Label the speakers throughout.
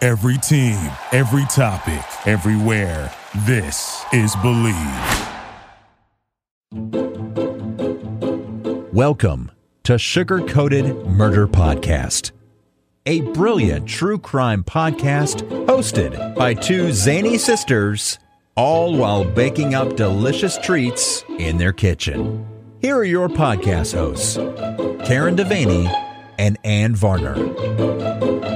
Speaker 1: Every team, every topic, everywhere. This is Believe.
Speaker 2: Welcome to Sugar Coated Murder Podcast, a brilliant true crime podcast hosted by two zany sisters, all while baking up delicious treats in their kitchen. Here are your podcast hosts, Karen Devaney and Ann Varner.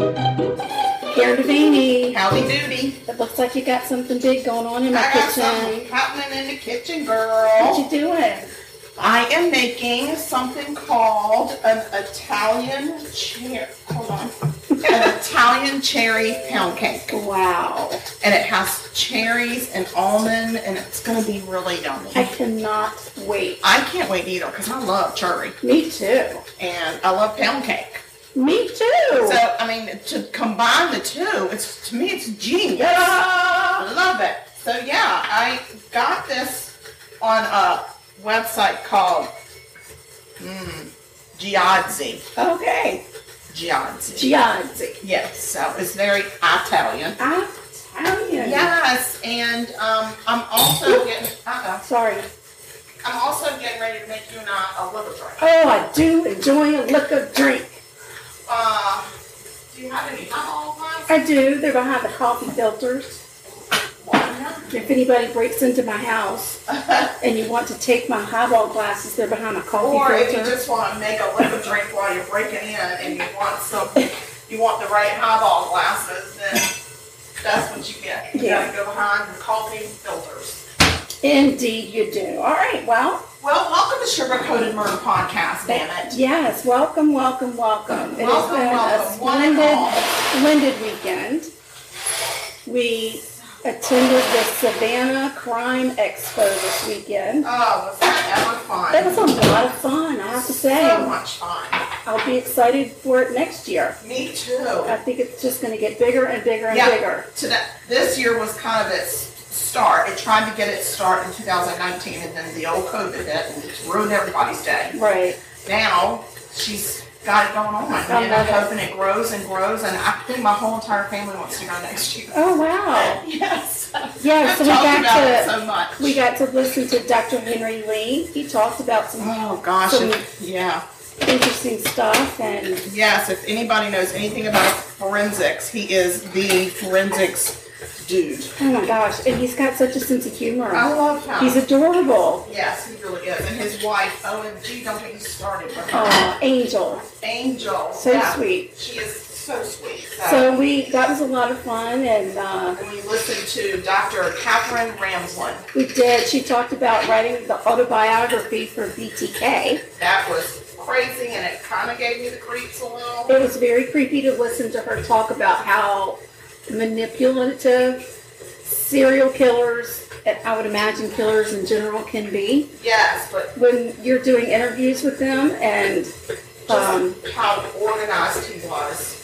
Speaker 3: Here Devaney.
Speaker 4: Howdy doody.
Speaker 3: It looks like you got something big going on in my
Speaker 4: I got something
Speaker 3: kitchen.
Speaker 4: happening in the kitchen,
Speaker 3: What
Speaker 4: girl.
Speaker 3: you doing?
Speaker 4: I am making something called an Italian cherry. Hold on. an Italian cherry pound cake,
Speaker 3: Wow.
Speaker 4: and it has cherries and almond, and it's gonna be really yummy.
Speaker 3: I cannot wait.
Speaker 4: I can't wait either because I love cherry
Speaker 3: Me too.
Speaker 4: and I love pound cake.
Speaker 3: Me too.
Speaker 4: So I mean, to combine the two, it's to me, it's genius. I love it. So yeah, I got this on a website called mm, Giazzi.
Speaker 3: okay.
Speaker 4: Giazzi.
Speaker 3: Gianzi.
Speaker 4: yes, so it's very Italian.
Speaker 3: Italian.
Speaker 4: Yes, and um, I'm also getting uh-uh,
Speaker 3: Sorry.
Speaker 4: I'm also getting ready to make you and I a liver drink.
Speaker 3: Oh, I do enjoy a look of drink.
Speaker 4: Uh, do you have any alcohol wines?
Speaker 3: I do. They're behind the coffee filters. If anybody breaks into my house and you want to take my highball glasses, they're behind a coffee
Speaker 4: Or if
Speaker 3: filter.
Speaker 4: you just want to make a liquor drink while you're breaking in and you want some, you want the right highball glasses, then that's what you get. You
Speaker 3: Yeah.
Speaker 4: gotta go behind the coffee filters.
Speaker 3: Indeed, you do. All right. Well,
Speaker 4: Well, welcome to Sugar Coated Murder Podcast, damn it.
Speaker 3: Yes, welcome, welcome, welcome. It
Speaker 4: Welcome,
Speaker 3: has
Speaker 4: welcome, one
Speaker 3: been
Speaker 4: and all.
Speaker 3: a splendid, splendid weekend. We attended the Savannah Crime Expo this weekend.
Speaker 4: Oh, was that ever fun?
Speaker 3: That was a lot of fun, I have to
Speaker 4: so
Speaker 3: say.
Speaker 4: much fun.
Speaker 3: I'll be excited for it next year.
Speaker 4: Me too.
Speaker 3: I think it's just going to get bigger and bigger and bigger.
Speaker 4: To that, this year was kind of its start. It tried to get its start in 2019, and then the old COVID hit and it ruined everybody's day.
Speaker 3: Right.
Speaker 4: now she's got it going on.
Speaker 3: I
Speaker 4: And I'm
Speaker 3: love it.
Speaker 4: hoping it grows and grows. And I think my whole entire family wants to go next year.
Speaker 3: Oh, wow.
Speaker 4: Yes.
Speaker 3: Yeah,
Speaker 4: I've
Speaker 3: so we
Speaker 4: talked about
Speaker 3: got
Speaker 4: it
Speaker 3: to,
Speaker 4: so much.
Speaker 3: we got to listen to Dr. Henry Lee. He talked about some
Speaker 4: Oh gosh,
Speaker 3: So
Speaker 4: if-
Speaker 3: we-
Speaker 4: yeah,
Speaker 3: interesting stuff and
Speaker 4: yes. If anybody knows anything about forensics, he is the forensics dude.
Speaker 3: Oh my gosh, and he's got such a sense of humor.
Speaker 4: I love him.
Speaker 3: He's adorable.
Speaker 4: Yes, he really is. And his wife, OMG, don't get me started with her.
Speaker 3: Oh, angel.
Speaker 4: Angel.
Speaker 3: so sweet.
Speaker 4: She is so sweet.
Speaker 3: So we that was a lot of fun, and uh,
Speaker 4: and we listened to Dr. Catherine Ramsland.
Speaker 3: we did. She talked about writing the autobiography for BTK.
Speaker 4: That was crazy, and it kind of gave me the creeps a little.
Speaker 3: It was very creepy to listen to her talk about how manipulative serial killers, and I would imagine killers in general, can be
Speaker 4: Yes, but
Speaker 3: when you're doing interviews with them, and um,
Speaker 4: how organized he was.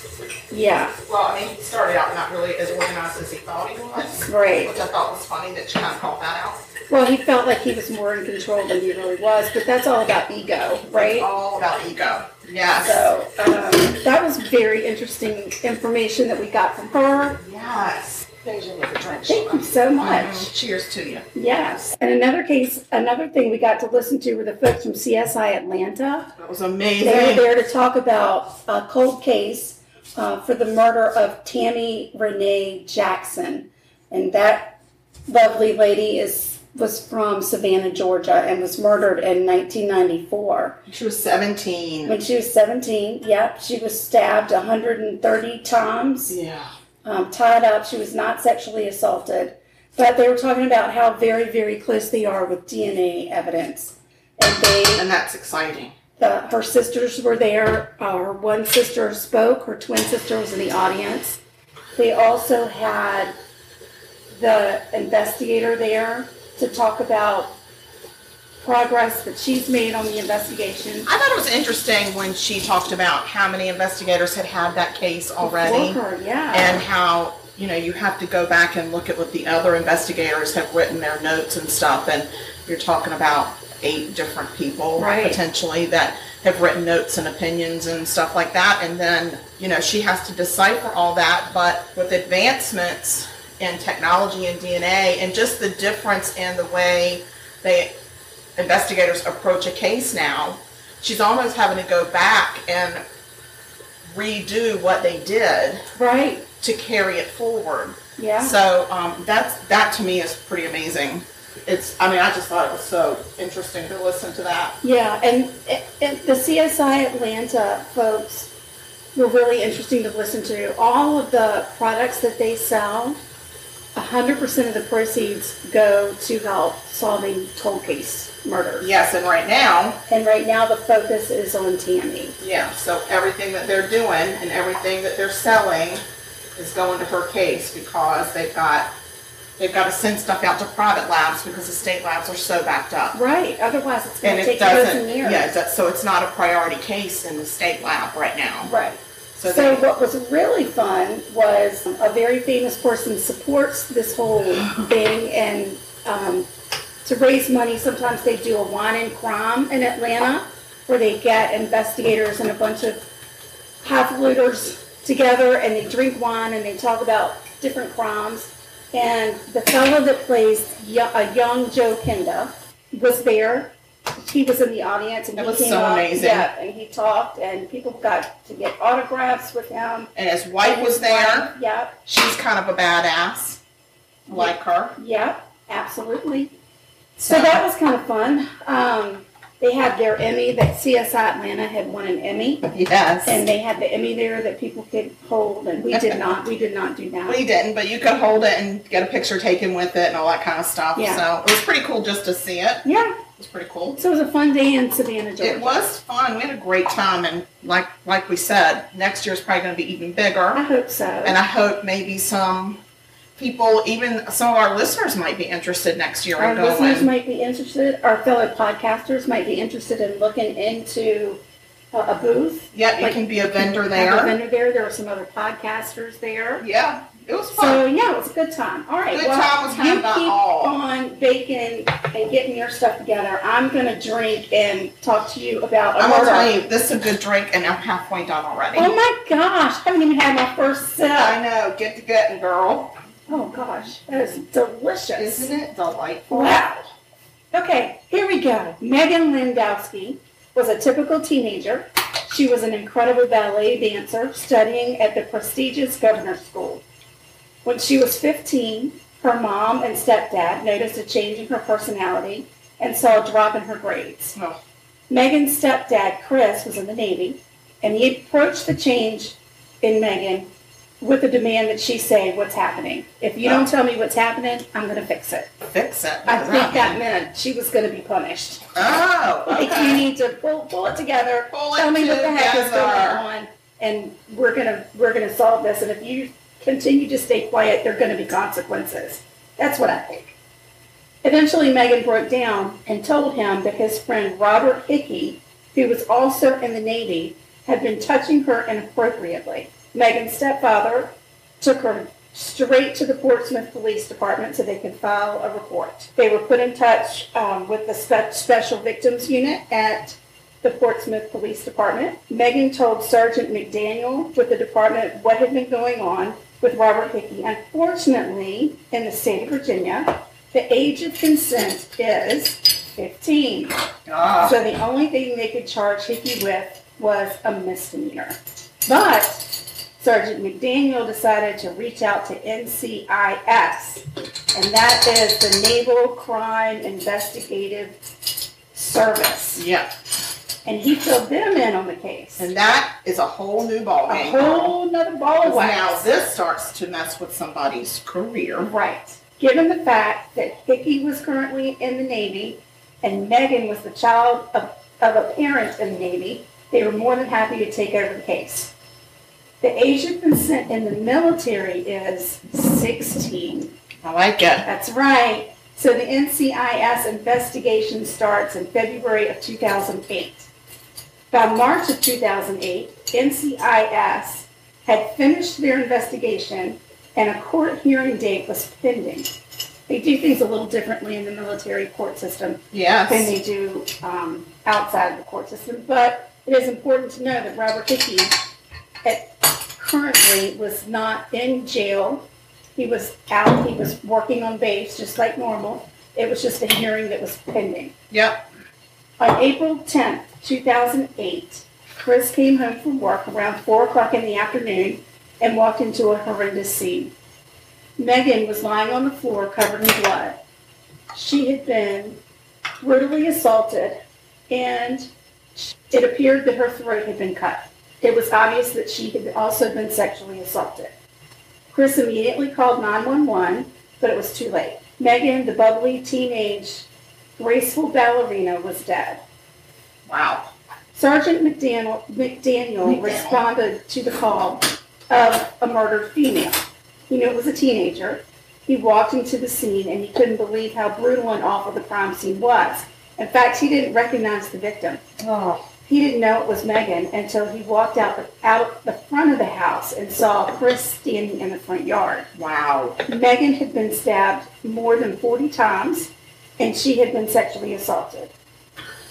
Speaker 3: yeah,
Speaker 4: Well, I mean, he started out not really as organized as he thought he was.
Speaker 3: Right.
Speaker 4: Which I thought was funny that she kind of called that out.
Speaker 3: Well, he felt like he was more in control than he really was, but that's all about ego, right?
Speaker 4: It's all about ego. Yes.
Speaker 3: So um, that was very interesting information that we got from her.
Speaker 4: Yes. There's your little drink.
Speaker 3: Thank you so much.
Speaker 4: Mhm. Cheers to you.
Speaker 3: Yes. And another case, another thing we got to listen to were the folks from CSI Atlanta.
Speaker 4: That was
Speaker 3: They were
Speaker 4: amazing.
Speaker 3: there to talk about a cold case uh, for the murder of Tammy Renee Jackson, and that lovely lady is was from Savannah, Georgia, and was murdered in 1994.
Speaker 4: She was 17.
Speaker 3: When she was 17, yep, she was stabbed 130 times,
Speaker 4: Yeah.
Speaker 3: um, tied up. She was not sexually assaulted. But they were talking about how very, very close they are with DNA evidence. And they,
Speaker 4: And that's exciting.
Speaker 3: the, her sisters were there. Uh, her one sister spoke. Her twin sister was in the audience. They also had the investigator there to talk about progress that she's made on the investigation.
Speaker 4: I thought it was interesting when she talked about how many investigators had had that case already.
Speaker 3: For her, yeah.
Speaker 4: and how you know you have to go back and look at what the other investigators have written their notes and stuff and you're talking about eight different people
Speaker 3: Right.
Speaker 4: potentially that have written notes and opinions and stuff like that. And then, you know, she has to decipher all that. But with advancements in technology and DNA and just the difference in the way they investigators approach a case now, she's almost having to go back and redo what they did
Speaker 3: Right.
Speaker 4: to carry it forward.
Speaker 3: Yeah.
Speaker 4: So um, that's that to me is pretty amazing. It's I mean I just thought it was so interesting to listen to that.
Speaker 3: Yeah, and, and the CSI Atlanta folks were really interesting to listen to. All of the products that they sell, 100% of the proceeds go to help solving cold case murders.
Speaker 4: Yes, and right now,
Speaker 3: And right now the focus is on Tammy.
Speaker 4: yeah. So everything that they're doing and everything that they're selling is going to her case because they've got they've got to send stuff out to private labs because the state labs are so backed up.
Speaker 3: Right, otherwise it's going
Speaker 4: And
Speaker 3: to
Speaker 4: it
Speaker 3: take years and
Speaker 4: doesn't,
Speaker 3: years.
Speaker 4: yeah, it does- so it's not a priority case in the state lab right now.
Speaker 3: Right.
Speaker 4: So
Speaker 3: So,
Speaker 4: they-
Speaker 3: what was really fun was a very famous person supports this whole thing, and um, to raise money, sometimes they do a wine and crime in Atlanta, where they get investigators and a bunch of highfaluters together, and they drink wine and they talk about different crimes. And the fellow that plays yo- a young Joe Kinda was there. He was in the audience, and
Speaker 4: That
Speaker 3: he
Speaker 4: was
Speaker 3: came
Speaker 4: so
Speaker 3: up.
Speaker 4: amazing.
Speaker 3: Yeah, and he talked, and people got to get autographs with him.
Speaker 4: And his wife was there.
Speaker 3: Yep,
Speaker 4: She's kind of a badass. Like her.
Speaker 3: yep, absolutely. So that was kind of fun. Um, they had their Emmy that CSI Atlanta had won an Emmy,
Speaker 4: Yes.
Speaker 3: and they had the Emmy there that people could hold, and we did not. We did not do that.
Speaker 4: We didn't, but you could hold it and get a picture taken with it and all that kind of stuff.
Speaker 3: Yeah.
Speaker 4: So it was pretty cool just to see it. It
Speaker 3: Yeah,
Speaker 4: was pretty cool.
Speaker 3: so it was a fun day in Savannah, Georgia.
Speaker 4: It was fun. We had a great time, and like like we said, next year's probably going to be even
Speaker 3: I
Speaker 4: bigger.
Speaker 3: hope so.
Speaker 4: And I hope maybe some people, even some of our listeners, might be interested next year
Speaker 3: our
Speaker 4: in going.
Speaker 3: listeners might be interested. Our fellow podcasters might be interested in looking into a, a booth.
Speaker 4: yeah, you
Speaker 3: like-
Speaker 4: can be a vendor
Speaker 3: Have a
Speaker 4: there.
Speaker 3: vendor there. There were some other podcasters there.
Speaker 4: Yeah, it was
Speaker 3: So
Speaker 4: fun.
Speaker 3: yeah, it was a good time. All right,
Speaker 4: Good
Speaker 3: well,
Speaker 4: time was had
Speaker 3: you
Speaker 4: by
Speaker 3: keep
Speaker 4: all.
Speaker 3: on baking and getting your stuff together. I'm gonna drink and talk to you about a
Speaker 4: I'm gonna
Speaker 3: murder.
Speaker 4: tell you, this is a good drink, and I'm halfway done already.
Speaker 3: Oh my gosh, I haven't even had my first sip.
Speaker 4: I know. Get to getting, girl.
Speaker 3: Oh gosh, that is delicious.
Speaker 4: Isn't it delightful?
Speaker 3: Wow. Okay, here we go. Megan Lindowski was a typical teenager. She was an incredible ballet dancer studying at the prestigious Governor School. When she was 15, her mom and stepdad noticed a change in her personality and saw a drop in her grades.
Speaker 4: Oh,
Speaker 3: Megan's stepdad, Chris, was in the Navy, and he approached the change in Megan with the demand that she say what's happening. If you don't tell me what's happening, I'm going to fix it.
Speaker 4: fix it.
Speaker 3: I think that meant she was going to be punished.
Speaker 4: Oh,
Speaker 3: Like you
Speaker 4: okay.
Speaker 3: need to pull, pull it together.
Speaker 4: Pull it
Speaker 3: tell me what the heck is going
Speaker 4: together.
Speaker 3: on, and we're gonna we're gonna solve this. And if you continue to stay quiet, there are going to be consequences. That's what I think. Eventually, Megan broke down and told him that his friend Robert Hickey, who was also in the Navy, had been touching her inappropriately. Megan's stepfather took her straight to the Portsmouth Police Department so they could file a report. They were put in touch um, with the spe- Special Victims Unit at the Portsmouth Police Department. Megan told Sergeant McDaniel with the department what had been going on with Robert Hickey. Unfortunately, in the state of Virginia, the age of consent is 15.
Speaker 4: Ah,
Speaker 3: So the only thing they could charge Hickey with was a misdemeanor. But Sergeant McDaniel decided to reach out to NCIS, and that is the Naval Crime Investigative Service.
Speaker 4: yeah.
Speaker 3: And he filled them in on the case.
Speaker 4: And that is a whole new
Speaker 3: A
Speaker 4: ballgame.
Speaker 3: whole nother ball of
Speaker 4: now
Speaker 3: wax.
Speaker 4: this starts to mess with somebody's career.
Speaker 3: Right. Given the fact that Hickey was currently in the Navy and Megan was the child of, of a parent in the Navy, they were more than happy to take over the case. The age of consent in the military is 16.
Speaker 4: I like it.
Speaker 3: That's right. So the NCIS investigation starts in February of 2008. By March of 2008, NCIS had finished their investigation and a court hearing date was pending. they do things a little differently in the military court system
Speaker 4: Yes.
Speaker 3: than they do um, outside the court system. But it is important to know that Robert Hickey at, currently was not in jail. He was out, he was working on base just like normal. It was just a hearing that was pending.
Speaker 4: Yep.
Speaker 3: On April 10th, 2008, Chris came home from work around 4 o'clock in the afternoon and walked into a horrendous scene. Megan was lying on the floor covered in blood. She had been brutally assaulted and it appeared that her throat had been cut. It was obvious that she had also been sexually assaulted. Chris immediately called 911, but it was too late. Megan, the bubbly teenage graceful ballerina, was dead.
Speaker 4: Wow.
Speaker 3: Sergeant McDaniel, McDaniel responded to the call of a murdered female. He knew it was a teenager. He walked into the scene and he couldn't believe how brutal and awful the crime scene was. In fact, he didn't recognize the victim.
Speaker 4: Oh.
Speaker 3: He didn't know it was Megan until he walked out the, out the front of the house and saw Chris standing in the front yard.
Speaker 4: Wow.
Speaker 3: Megan had been stabbed more than 40 times and she had been sexually assaulted.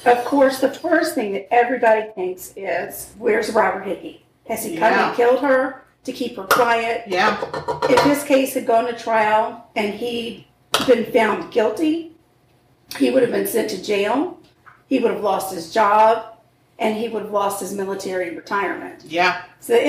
Speaker 3: Of course, the first thing that everybody thinks is, where's Robert Hickey? Has he come
Speaker 4: Yeah.
Speaker 3: and killed her to keep her quiet?
Speaker 4: Yeah.
Speaker 3: If this case had gone to trial and he'd been found guilty, he would have been sent to jail, he would have lost his job, and he would have lost his military retirement.
Speaker 4: Yeah.
Speaker 3: So the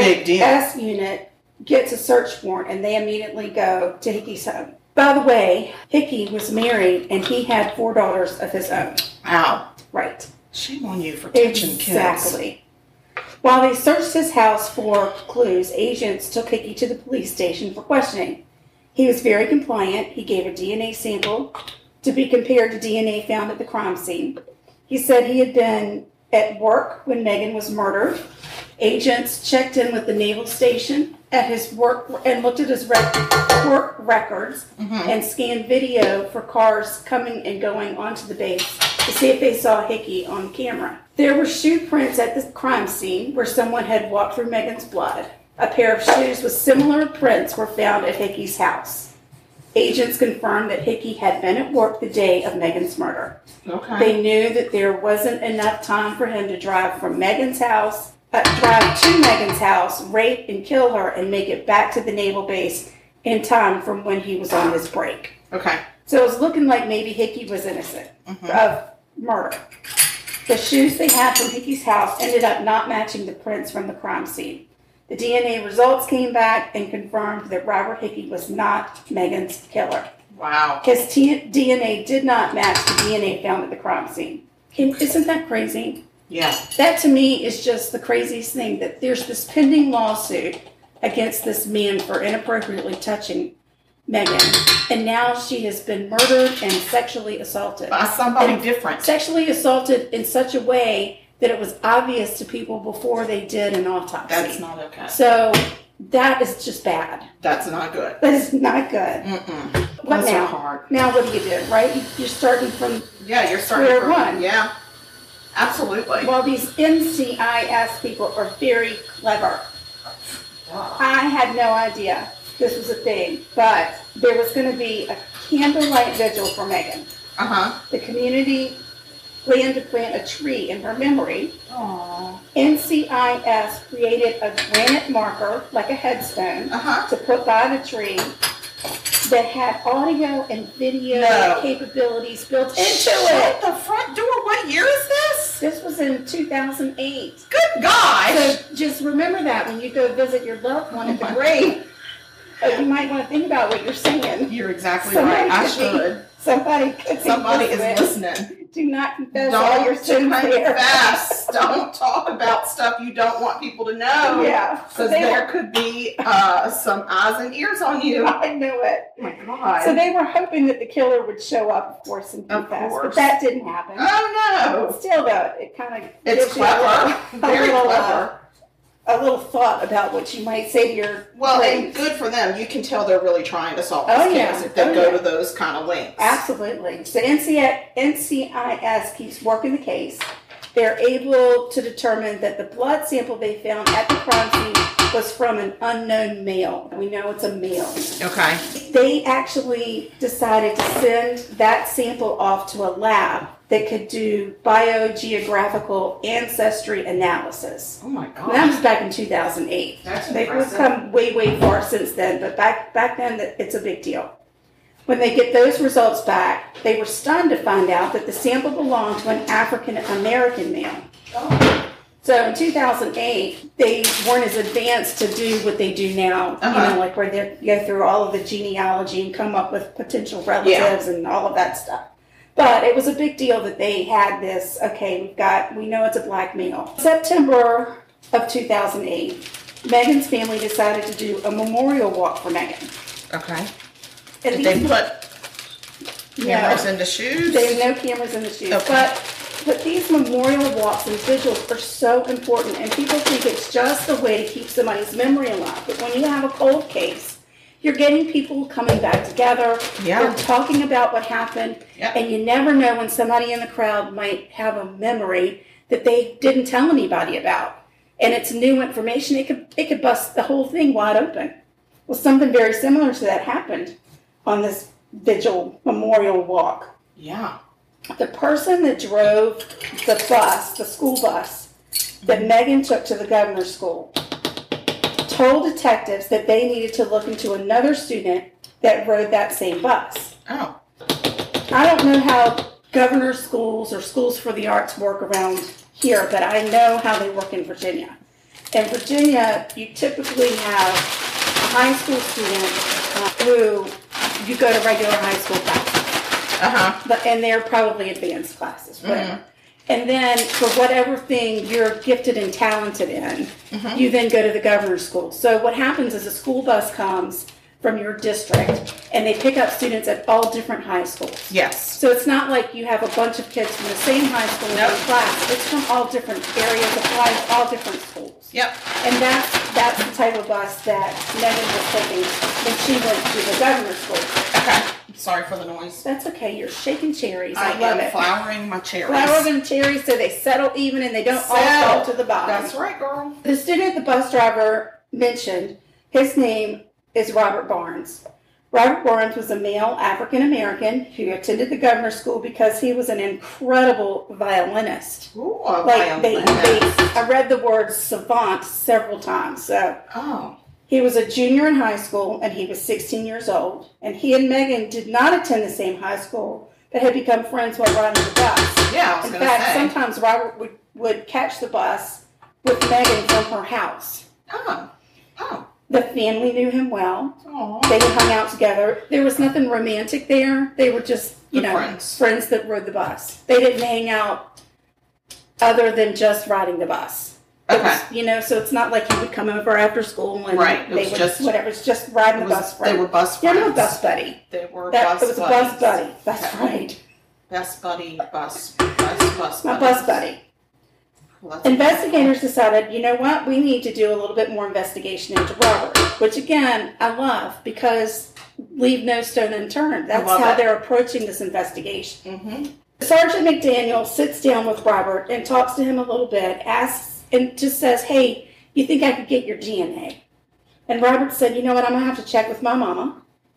Speaker 4: big deal.
Speaker 3: NCIS unit gets a search warrant and they immediately go to Hickey's home. By the way, Hickey was married and he had four daughters of his own.
Speaker 4: Wow.
Speaker 3: Right.
Speaker 4: Shame on you for catching kids.
Speaker 3: Exactly. While they searched his house for clues, agents took Hickey to the police station for questioning. He was very compliant. He gave a DNA sample to be compared to DNA found at the crime scene. He said he had been at work when Megan was murdered. Agents checked in with the naval station at his work and looked at his rec- work records and scanned video for cars coming and going onto the base to see if they saw Hickey on camera. There were shoe prints at the crime scene where someone had walked through Megan's blood. A pair of shoes with similar prints were found at Hickey's house. Agents confirmed that Hickey had been at work the day of Megan's murder.
Speaker 4: Okay.
Speaker 3: They knew that there wasn't enough time for him to drive from Megan's house, uh, drive to Megan's house, rape and kill her, and make it back to the naval base in time from when he was on his break.
Speaker 4: okay.
Speaker 3: So it was looking like maybe Hickey was innocent of murder. The shoes they had from Hickey's house ended up not matching the prints from the crime scene. The DNA results came back and confirmed that Robert Hickey was not Megan's killer.
Speaker 4: Wow.
Speaker 3: His t- DNA did not match the DNA found at the crime scene. Can, isn't that crazy?
Speaker 4: Yeah.
Speaker 3: That to me is just the craziest thing that there's this pending lawsuit against this man for inappropriately touching Megan. And now she has been murdered and sexually assaulted.
Speaker 4: By somebody
Speaker 3: And
Speaker 4: different.
Speaker 3: Sexually assaulted in such a way that it was obvious to people before they did an autopsy.
Speaker 4: That's not okay.
Speaker 3: So that is just bad.
Speaker 4: That's not good.
Speaker 3: That is not good.
Speaker 4: Mm-mm.
Speaker 3: What
Speaker 4: Those are
Speaker 3: now?
Speaker 4: hard.
Speaker 3: Now what do you do, right? You- You're starting from
Speaker 4: Yeah, you're starting
Speaker 3: Square
Speaker 4: from
Speaker 3: one.
Speaker 4: Yeah. Absolutely.
Speaker 3: well. These NCIS people are very clever.
Speaker 4: Wow.
Speaker 3: I had no idea this was a thing, but there was going to be a candlelight vigil for Megan.
Speaker 4: Uh-huh.
Speaker 3: The community planned to plant a tree in her memory.
Speaker 4: Aww.
Speaker 3: NCIS created a granite marker, like a headstone,
Speaker 4: Uh-huh.
Speaker 3: to put by the tree that had audio and video
Speaker 4: No.
Speaker 3: capabilities built into it.
Speaker 4: Shut the front door. What year is this?
Speaker 3: This was in 2008.
Speaker 4: Good gosh.
Speaker 3: So just remember that when you go visit your loved one
Speaker 4: Oh
Speaker 3: at the grave. Uh, You might want to think about what you're saying.
Speaker 4: You're exactly
Speaker 3: Somebody
Speaker 4: right.
Speaker 3: could
Speaker 4: I
Speaker 3: be-
Speaker 4: should.
Speaker 3: Somebody could be
Speaker 4: Somebody is
Speaker 3: listening.
Speaker 4: listening.
Speaker 3: Do not confess all your
Speaker 4: Don't
Speaker 3: sins there.
Speaker 4: confess. Don't talk about stuff you don't want people to know.
Speaker 3: Yeah. So
Speaker 4: Because
Speaker 3: they
Speaker 4: Oh, there
Speaker 3: were,
Speaker 4: could be uh, some eyes and ears on you. Oh
Speaker 3: I knew it.
Speaker 4: my God.
Speaker 3: So they were hoping that the killer would show up, of course, and
Speaker 4: Of
Speaker 3: confess,
Speaker 4: course.
Speaker 3: but that didn't happen.
Speaker 4: oh no.
Speaker 3: Still, though, it kind of
Speaker 4: It's clever. Very
Speaker 3: little, uh,
Speaker 4: clever.
Speaker 3: a little thought about what you might say to your
Speaker 4: Well,
Speaker 3: friends.
Speaker 4: and good for them. You can tell they're really trying to solve this
Speaker 3: Oh,
Speaker 4: case
Speaker 3: yeah.
Speaker 4: if they
Speaker 3: Oh,
Speaker 4: go
Speaker 3: yeah.
Speaker 4: to those kind of links.
Speaker 3: Absolutely. So NCI NCIS keeps working the case. They're able to determine that the blood sample they found at the crime scene was from an unknown male. We know it's a male.
Speaker 4: Okay.
Speaker 3: They actually decided to send that sample off to a lab that could do biogeographical ancestry analysis.
Speaker 4: Oh my
Speaker 3: And that
Speaker 4: God.
Speaker 3: was back in 2008.
Speaker 4: That's
Speaker 3: They've
Speaker 4: impressive.
Speaker 3: come way, way far since then, but back back then, th- it's a big deal. When they get those results back, they were stunned to find out that the sample belonged to an African American male. So in 2008, they weren't as advanced to do what they do now, you
Speaker 4: Uh-huh.
Speaker 3: know, like where they go through all of the genealogy and come up with potential relatives and all of that stuff. But it was a big deal that they had this. Okay, we've got, we know it's a black male. September of 2008, Megan's family decided to do a memorial walk for Megan.
Speaker 4: Okay.
Speaker 3: At
Speaker 4: Did they
Speaker 3: least-
Speaker 4: put cameras
Speaker 3: No.
Speaker 4: into shoes?
Speaker 3: There's no cameras in the shoot,
Speaker 4: Okay.
Speaker 3: but but these memorial walks and vigils are so important, and people think it's just a way to keep somebody's memory alive. But when you have a cold case, you're getting people coming back together.
Speaker 4: Yeah.
Speaker 3: You're talking about what happened,
Speaker 4: Yeah.
Speaker 3: and you never know when somebody in the crowd might have a memory that they didn't tell anybody about, and it's new information. It could it could bust the whole thing wide open. Well, something very similar to that happened on this vigil memorial walk
Speaker 4: Yeah.
Speaker 3: the person that drove the bus, the school bus, that Megan took to the governor's school, told detectives that they needed to look into another student that rode that same bus.
Speaker 4: Oh.
Speaker 3: I don't know how governor's schools or schools for the arts work around here, but I know how they work in Virginia. In Virginia, you typically have a high school student uh, who you go to regular high school classes
Speaker 4: Uh-huh.
Speaker 3: but and they're probably advanced classes, whatever. And then for whatever thing you're gifted and talented in, you then go to the governor's school. So what happens is a school bus comes from your district and they pick up students at all different high schools.
Speaker 4: Yes.
Speaker 3: So it's not like you have a bunch of kids from the same high school in
Speaker 4: Nope.
Speaker 3: one class. It's from all different areas of life, all different schools.
Speaker 4: Yep.
Speaker 3: And that's that's the type of bus that Megan was taking when she went to the governor's school.
Speaker 4: Okay. Sorry for the noise.
Speaker 3: That's okay. You're shaking cherries. I,
Speaker 4: I,
Speaker 3: love
Speaker 4: am
Speaker 3: it.
Speaker 4: flowering my cherries.
Speaker 3: Flower them cherries so they settle even and they don't all fall
Speaker 4: Settle.
Speaker 3: to the bottom.
Speaker 4: That's right, girl.
Speaker 3: The student the bus driver mentioned, his name is Robert Barnes. Robert Barnes was a male African American who attended the governor's school because he was an incredible violinist.
Speaker 4: Ooh, a
Speaker 3: Like they, they,
Speaker 4: violinist.
Speaker 3: I read the word savant several times. So
Speaker 4: Oh.
Speaker 3: he was a junior in high school and he was 16 years old. And he and Megan did not attend the same high school, but had become friends while riding the bus.
Speaker 4: Yeah, I was
Speaker 3: In
Speaker 4: gonna
Speaker 3: fact,
Speaker 4: say.
Speaker 3: sometimes Robert would, would catch the bus with Megan from her house.
Speaker 4: oh. Oh.
Speaker 3: The family knew him well.
Speaker 4: Oh.
Speaker 3: They had hung out together. There was nothing romantic there. They were just, you
Speaker 4: Good
Speaker 3: know,
Speaker 4: friends.
Speaker 3: that rode the bus. They didn't hang out other than just riding the bus. It
Speaker 4: Okay.
Speaker 3: was- you know, so it's not like he would come over after school and
Speaker 4: Right, it
Speaker 3: they
Speaker 4: was
Speaker 3: would
Speaker 4: just-
Speaker 3: whatever. It's just riding
Speaker 4: It
Speaker 3: the
Speaker 4: was-
Speaker 3: bus.
Speaker 4: they
Speaker 3: friend.
Speaker 4: were bus
Speaker 3: Yeah, no
Speaker 4: friends.
Speaker 3: bus buddy.
Speaker 4: They were
Speaker 3: That
Speaker 4: bus
Speaker 3: it was a
Speaker 4: buddies.
Speaker 3: bus buddy. That's
Speaker 4: Okay.
Speaker 3: right.
Speaker 4: Best buddy, bus, bus, bus.
Speaker 3: My
Speaker 4: buddies.
Speaker 3: bus buddy.
Speaker 4: Well, that's-
Speaker 3: Investigators decided, you know what, we need to do a little bit more investigation into Robert, which again, I love because leave no stone unturned. That's
Speaker 4: love
Speaker 3: how
Speaker 4: it. Mm-hmm.
Speaker 3: they're approaching this investigation. Sergeant McDaniel sits down with Robert and talks to him a little bit, asks, and just says, hey, you think I could get your DNA? And Robert said, you know what, I'm going to have to check with my mama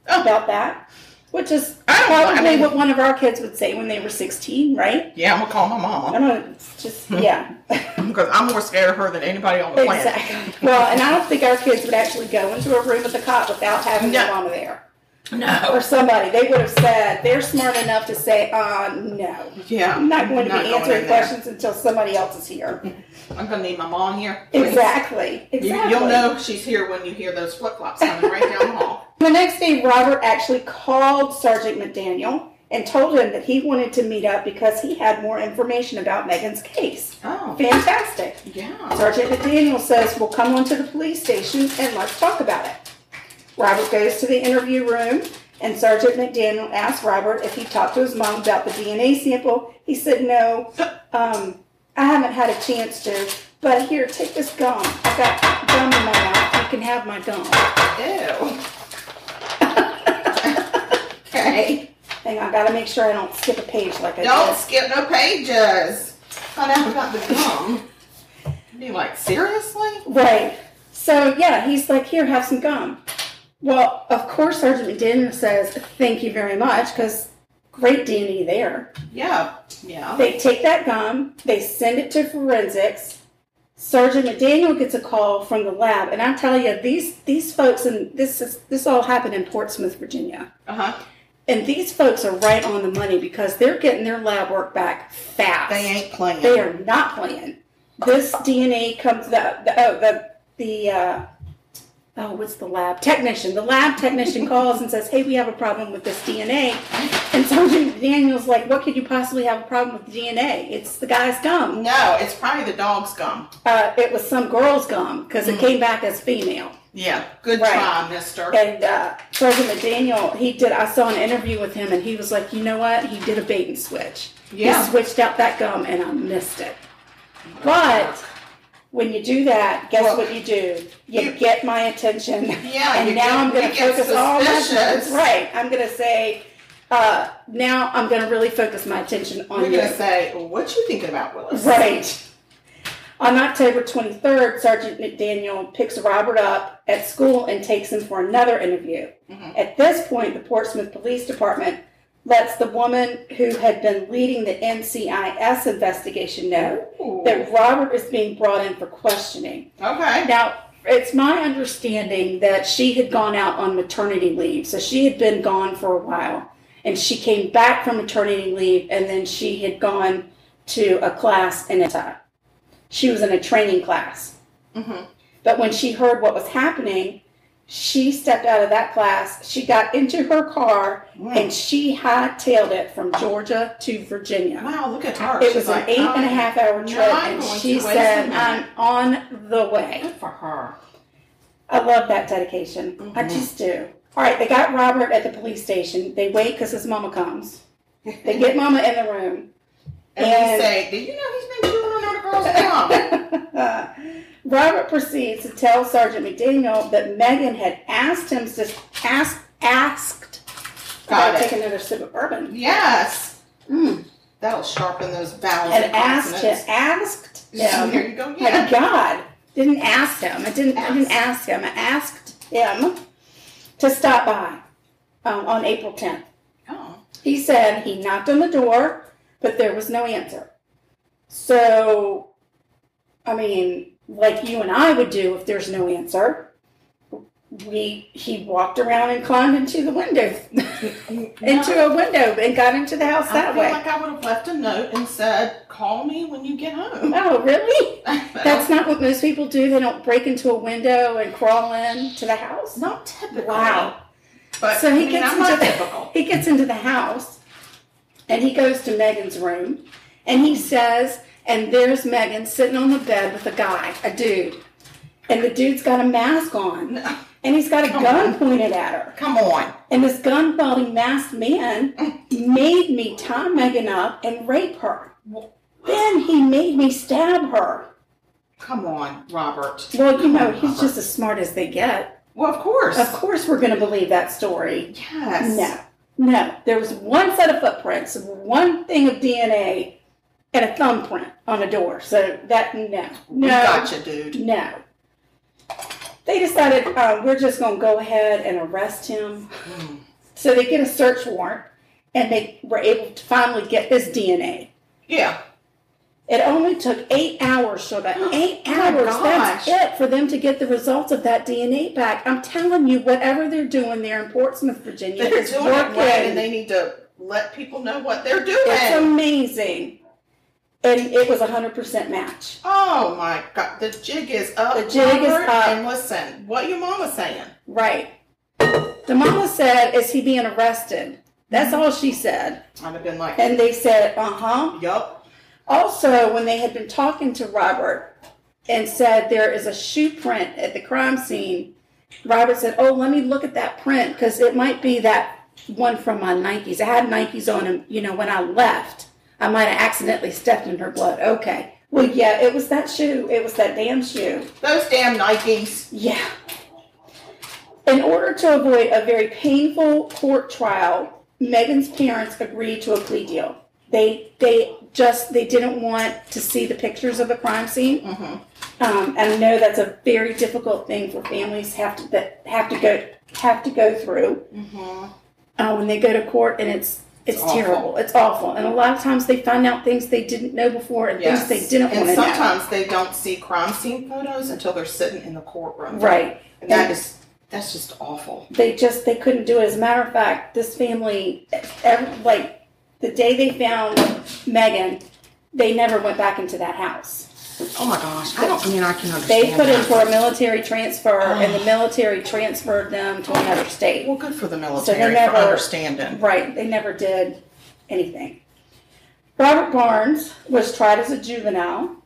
Speaker 4: Oh.
Speaker 3: about that, which is
Speaker 4: I don't know, I
Speaker 3: probably
Speaker 4: mean-
Speaker 3: what one of our kids would say when they were 16, right?
Speaker 4: Yeah, I'm gonna call my
Speaker 3: I
Speaker 4: mama
Speaker 3: don't know, it's just, yeah.
Speaker 4: because I'm more scared of her than anybody on the planet.
Speaker 3: Exactly. Well, and I don't think our kids would actually go into a room with a cop without having their
Speaker 4: No.
Speaker 3: mama there
Speaker 4: No.
Speaker 3: or somebody. They would have said they're smart enough to say, uh, no,
Speaker 4: Yeah,
Speaker 3: I'm not going to be
Speaker 4: going
Speaker 3: answering
Speaker 4: in there.
Speaker 3: questions until somebody else is here.
Speaker 4: I'm gonna need my mom here. please.
Speaker 3: exactly.
Speaker 4: You,
Speaker 3: Exactly.
Speaker 4: will know she's here when you hear those flip flops coming right down the hall.
Speaker 3: The next day, Robert actually called Sergeant McDaniel and told him that he wanted to meet up because he had more information about Megan's case.
Speaker 4: Oh,
Speaker 3: Fantastic.
Speaker 4: yeah.
Speaker 3: Sergeant McDaniel says, Well, come on to the police station and let's talk about it. Robert goes to the interview room, and Sergeant McDaniel asks Robert if he talked to his mom about the DNA sample. He said, No, um, I haven't had a chance to, but here, take this gum. I got gum in my mouth. You can have my gum.
Speaker 4: Ew. okay.
Speaker 3: Hang on, I gotta make sure I don't skip a page like I
Speaker 4: Don't
Speaker 3: did.
Speaker 4: skip no pages. Find out about the gum. Be like, seriously?
Speaker 3: Right. So yeah, he's like, here, have some gum. Well, of course, Sergeant McDaniel says, thank you very much, because great D&E there.
Speaker 4: Yeah. Yeah.
Speaker 3: They take that gum, they send it to forensics. Sergeant McDaniel gets a call from the lab, and I'm telling you, these these folks, and this is this all happened in Portsmouth, Virginia,
Speaker 4: Uh huh.
Speaker 3: and these folks are right on the money because they're getting their lab work back fast.
Speaker 4: They ain't playing.
Speaker 3: They are not playing. This DNA comes the, the oh the the uh, oh what's the lab technician? The lab technician calls and says, "Hey, we have a problem with this DNA." And Sergeant Daniel's like, "What could you possibly have a problem with the DNA? It's the guy's gum.
Speaker 4: No, it's probably the dog's gum.
Speaker 3: Uh, it was some girl's gum because it came back as female."
Speaker 4: Yeah. Good
Speaker 3: Right.
Speaker 4: try, mister.
Speaker 3: And uh, Sergeant McDaniel, he did. I saw an interview with him, and he was like, "You know what? He did a bait and switch.
Speaker 4: Yeah. Oh,
Speaker 3: He switched out that gum, and I missed it. But when you do that, guess
Speaker 4: Well,
Speaker 3: what you do? You,
Speaker 4: you-
Speaker 3: get my attention.
Speaker 4: Yeah,
Speaker 3: and
Speaker 4: you
Speaker 3: now
Speaker 4: get-
Speaker 3: I'm going
Speaker 4: you
Speaker 3: to
Speaker 4: get
Speaker 3: focus all my
Speaker 4: suspicious.
Speaker 3: attention. Right. I'm going to say. Uh, now I'm going to really focus my attention on
Speaker 4: We're
Speaker 3: you.
Speaker 4: going to say, what you thinking about, Willis?
Speaker 3: Right. On October 23rd, Sergeant McDaniel picks Robert up at school and takes him for another interview. At this point, the Portsmouth Police Department lets the woman who had been leading the NCIS investigation know
Speaker 4: Ooh.
Speaker 3: that Robert is being brought in for questioning.
Speaker 4: Okay.
Speaker 3: Now, it's my understanding that she had gone out on maternity leave, so she had been gone for a while, and she came back from maternity leave, and then she had gone to a class in Atlanta. She was in a training class,
Speaker 4: Mhm.
Speaker 3: but when she heard what was happening, she stepped out of that class. She got into her car and she hightailed it from Georgia to Virginia.
Speaker 4: Wow, look at her.
Speaker 3: It
Speaker 4: She's
Speaker 3: was an
Speaker 4: like,
Speaker 3: eight and a
Speaker 4: I'm
Speaker 3: half hour trip,
Speaker 4: not
Speaker 3: and
Speaker 4: going
Speaker 3: she
Speaker 4: to waste a
Speaker 3: said, um,
Speaker 4: minute."
Speaker 3: "I'm on the way."
Speaker 4: Good for her.
Speaker 3: I love that dedication.
Speaker 4: Mm-hmm.
Speaker 3: I just do. All right, they got Robert at the police station. They wait because his mama comes. They get mama in the room.
Speaker 4: And,
Speaker 3: And-
Speaker 4: we say, do you know he's been chewing on the girl's gum?
Speaker 3: Robert proceeds to tell Sergeant McDaniel that Megan had asked him to ask asked
Speaker 4: Got
Speaker 3: about
Speaker 4: it.
Speaker 3: taking another sip of bourbon
Speaker 4: yes. That'll sharpen those vowels.
Speaker 3: Mm. and asked him
Speaker 4: consonants.
Speaker 3: asked
Speaker 4: Yeah,
Speaker 3: him.
Speaker 4: there you go.
Speaker 3: My
Speaker 4: Yeah.
Speaker 3: God, didn't ask him. I didn't. I didn't ask him. I asked him to stop by um, on April tenth.
Speaker 4: Oh.
Speaker 3: He said he knocked on the door, but there was no answer. So, I mean, like you and I would do if there's no answer. We he walked around and climbed into the window, into a window, and got into the house
Speaker 4: I
Speaker 3: that
Speaker 4: feel
Speaker 3: way.
Speaker 4: like I would have left a note and said, call me when you get home.
Speaker 3: oh, really? That's not what most people do. They don't break into a window and crawl in to the house.
Speaker 4: not typical.
Speaker 3: Wow.
Speaker 4: But
Speaker 3: So he
Speaker 4: I mean,
Speaker 3: gets
Speaker 4: I'm
Speaker 3: into
Speaker 4: not
Speaker 3: the,
Speaker 4: typical.
Speaker 3: he gets into the house, and he goes to Megan's room, and he says, and there's Megan sitting on the bed with a guy, a dude, and the dude's got a mask on, and he's got a gun pointed at her,
Speaker 4: Come on.
Speaker 3: and this gun wielding masked man made me tie Megan up and rape her. Then he made me stab her.
Speaker 4: Come on, Robert.
Speaker 3: Well, you
Speaker 4: Come
Speaker 3: know,
Speaker 4: on,
Speaker 3: he's
Speaker 4: Robert.
Speaker 3: just as smart as they get.
Speaker 4: Well, of course.
Speaker 3: Of course, we're going to believe that story.
Speaker 4: Yes.
Speaker 3: No, no. There was one set of footprints, one thing of DNA, and a thumbprint on a door. So that no,
Speaker 4: We
Speaker 3: no,
Speaker 4: gotcha, dude.
Speaker 3: no. They decided uh, we're just going to go ahead and arrest him. So they get a search warrant, and they were able to finally get his DNA.
Speaker 4: Yeah.
Speaker 3: It only took eight hours, Shoba. Eight
Speaker 4: Oh my
Speaker 3: hours. That's
Speaker 4: gosh.
Speaker 3: it for them to get the results of that DNA back. I'm telling you, whatever they're doing there in Portsmouth, Virginia,
Speaker 4: They're
Speaker 3: is
Speaker 4: doing
Speaker 3: working.
Speaker 4: it right, and they need to let people know what they're doing.
Speaker 3: It's amazing. And it was a 100% match.
Speaker 4: oh my God, the jig is up.
Speaker 3: The jig is
Speaker 4: Robert,
Speaker 3: up.
Speaker 4: And listen, what your mama saying?
Speaker 3: Right. The mama said, Is he being arrested? That's all she said.
Speaker 4: I'd have been like,
Speaker 3: And they said, Uh huh.
Speaker 4: yup.
Speaker 3: Also, when they had been talking to Robert and said, There is a shoe print at the crime scene, Robert said, Oh, let me look at that print because it might be that one from my Nikes. I had Nikes on him, you know, when I left. I might have accidentally stepped in her blood. Okay. Well, yeah, it was that shoe. It was that damn shoe.
Speaker 4: Those damn Nikes.
Speaker 3: Yeah. In order to avoid a very painful court trial, Megan's parents agreed to a plea deal. They they just they didn't want to see the pictures of the crime scene,
Speaker 4: Mm-hmm.
Speaker 3: Um, and I know that's a very difficult thing for families have to that have to go have to go through uh, when they go to court, and it's it's,
Speaker 4: Mm-hmm. awful.
Speaker 3: terrible. It's awful, and a lot of times they find out things they didn't know before and
Speaker 4: Yes.
Speaker 3: things they didn't
Speaker 4: and
Speaker 3: want to know.
Speaker 4: sometimes they don't see crime scene photos until they're sitting in the courtroom.
Speaker 3: Right.
Speaker 4: And that is that's just awful.
Speaker 3: they just they couldn't do it. As a matter of fact, this family, ev like the day they found Megan, they never went back into that house.
Speaker 4: Oh my gosh. I don't I mean I can understand.
Speaker 3: They put in
Speaker 4: that.
Speaker 3: for a military transfer, and the military transferred them to another state.
Speaker 4: well good for the military
Speaker 3: never-
Speaker 4: for understanding.
Speaker 3: Right, they never did anything. Robert Barnes was tried as a juvenile.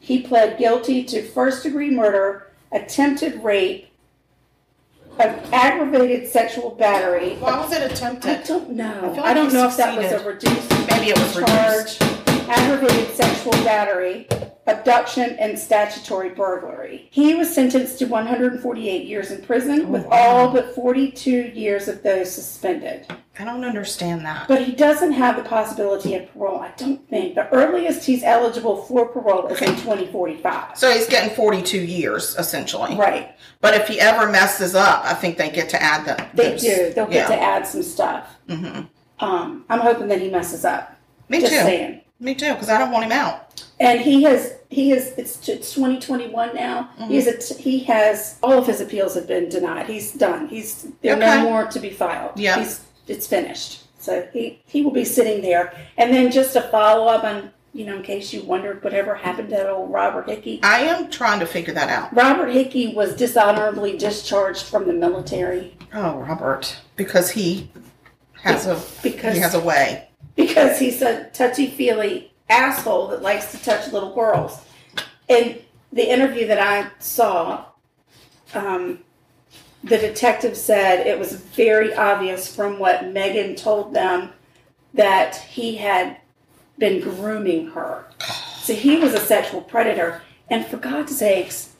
Speaker 3: He pled guilty to first degree murder, attempted rape, of aggravated sexual battery.
Speaker 4: Why was it
Speaker 3: I
Speaker 4: attempted?
Speaker 3: don't know.
Speaker 4: I
Speaker 3: I,
Speaker 4: feel like
Speaker 3: don't
Speaker 4: he
Speaker 3: know if that was a
Speaker 4: succeeded.
Speaker 3: reduced
Speaker 4: Maybe it was
Speaker 3: charge,
Speaker 4: reduced.
Speaker 3: aggravated sexual battery, abduction, and statutory burglary. He was sentenced to 148 years in prison,
Speaker 4: Oh,
Speaker 3: with all but 42 years of those suspended.
Speaker 4: I don't understand that.
Speaker 3: But he doesn't have the possibility of parole, I don't think. The earliest he's eligible for parole is in 2045.
Speaker 4: So he's getting 42 years essentially.
Speaker 3: Right.
Speaker 4: But if he ever messes up, I think they get to add the.
Speaker 3: They
Speaker 4: those-
Speaker 3: do. They'll
Speaker 4: yeah. Mm-hmm.
Speaker 3: get to add some stuff. Um, I'm hoping that he messes up.
Speaker 4: Me
Speaker 3: Just
Speaker 4: too.
Speaker 3: saying.
Speaker 4: Me too, because I don't want him out.
Speaker 3: And he has, he has, it's, it's 2021 now.
Speaker 4: Mm-hmm.
Speaker 3: He's a t he has, all of his appeals have been denied. He's done. He's, there are
Speaker 4: Okay.
Speaker 3: no more to be filed.
Speaker 4: Yeah.
Speaker 3: He's, it's finished. So he, he will be sitting there. And then just a follow up on, you know, in case you wondered whatever happened to old Robert Hickey.
Speaker 4: I am trying to figure that out.
Speaker 3: Robert Hickey was dishonorably discharged from the military
Speaker 4: Oh, Robert, because he has a
Speaker 3: Because-
Speaker 4: he has a way.
Speaker 3: because he's a touchy feely asshole that likes to touch little girls. In the interview that I saw, um, the detective said it was very obvious from what Megan told them that he had been grooming her. So he was a sexual predator. And for God's sakes,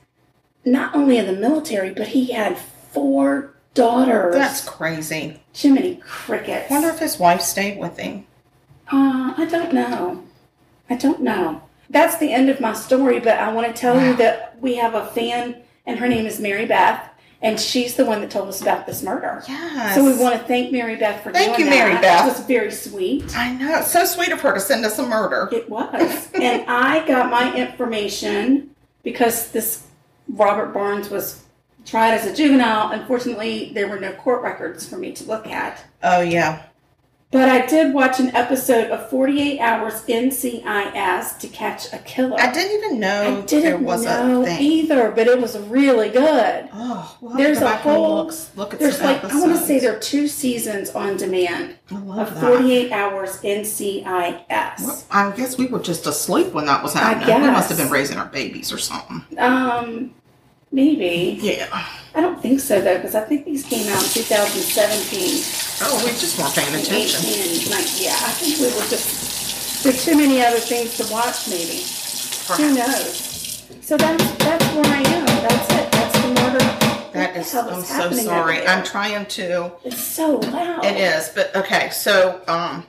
Speaker 3: not only in the military, but he had four daughters.
Speaker 4: That's crazy.
Speaker 3: Jiminy Crickets.
Speaker 4: Wonder if his wife stayed with him.
Speaker 3: Uh, I don't know. I don't know. That's the end of my story, but I want to tell you that we have a fan, and her name is Mary Beth, and she's the one that told us about this murder.
Speaker 4: Yes.
Speaker 3: So we want to thank Mary Beth for
Speaker 4: Thank
Speaker 3: doing
Speaker 4: you, Mary
Speaker 3: that.
Speaker 4: Beth.
Speaker 3: It was very sweet.
Speaker 4: I know. It's so sweet of her to send us a murder.
Speaker 3: It was. and I got my information because this Robert Barnes was tried as a juvenile. Unfortunately, there were no court records for me to look at.
Speaker 4: Oh yeah.
Speaker 3: But I did watch an episode of 48 Hours NCIS to catch a killer.
Speaker 4: I didn't even
Speaker 3: I
Speaker 4: know
Speaker 3: didn't
Speaker 4: there was
Speaker 3: know
Speaker 4: a thing.
Speaker 3: either, but it was really good.
Speaker 4: Oh, we'll have to
Speaker 3: There's
Speaker 4: go
Speaker 3: a
Speaker 4: back and
Speaker 3: whole
Speaker 4: look, look at
Speaker 3: There's
Speaker 4: some
Speaker 3: like I want to say
Speaker 4: episodes.
Speaker 3: there are two seasons on demand
Speaker 4: I love
Speaker 3: of
Speaker 4: that.
Speaker 3: 48 Hours NCIS.
Speaker 4: Well, I guess we were just asleep when that was happening. We
Speaker 3: guess.
Speaker 4: must have been raising our babies or something.
Speaker 3: Um, maybe
Speaker 4: Yeah.
Speaker 3: I don't think so though, because I think these came out in 2017.
Speaker 4: Oh, we just weren't paying attention.
Speaker 3: 18, like, yeah, I think we were just there's too many other things to watch. Maybe who knows? So that's that's where I am. That's it. That's the murder.
Speaker 4: That
Speaker 3: What
Speaker 4: is,
Speaker 3: the hell
Speaker 4: I'm so
Speaker 3: happening over
Speaker 4: sorry.
Speaker 3: there?
Speaker 4: I'm trying to.
Speaker 3: It's so loud.
Speaker 4: It is, but okay. So, um,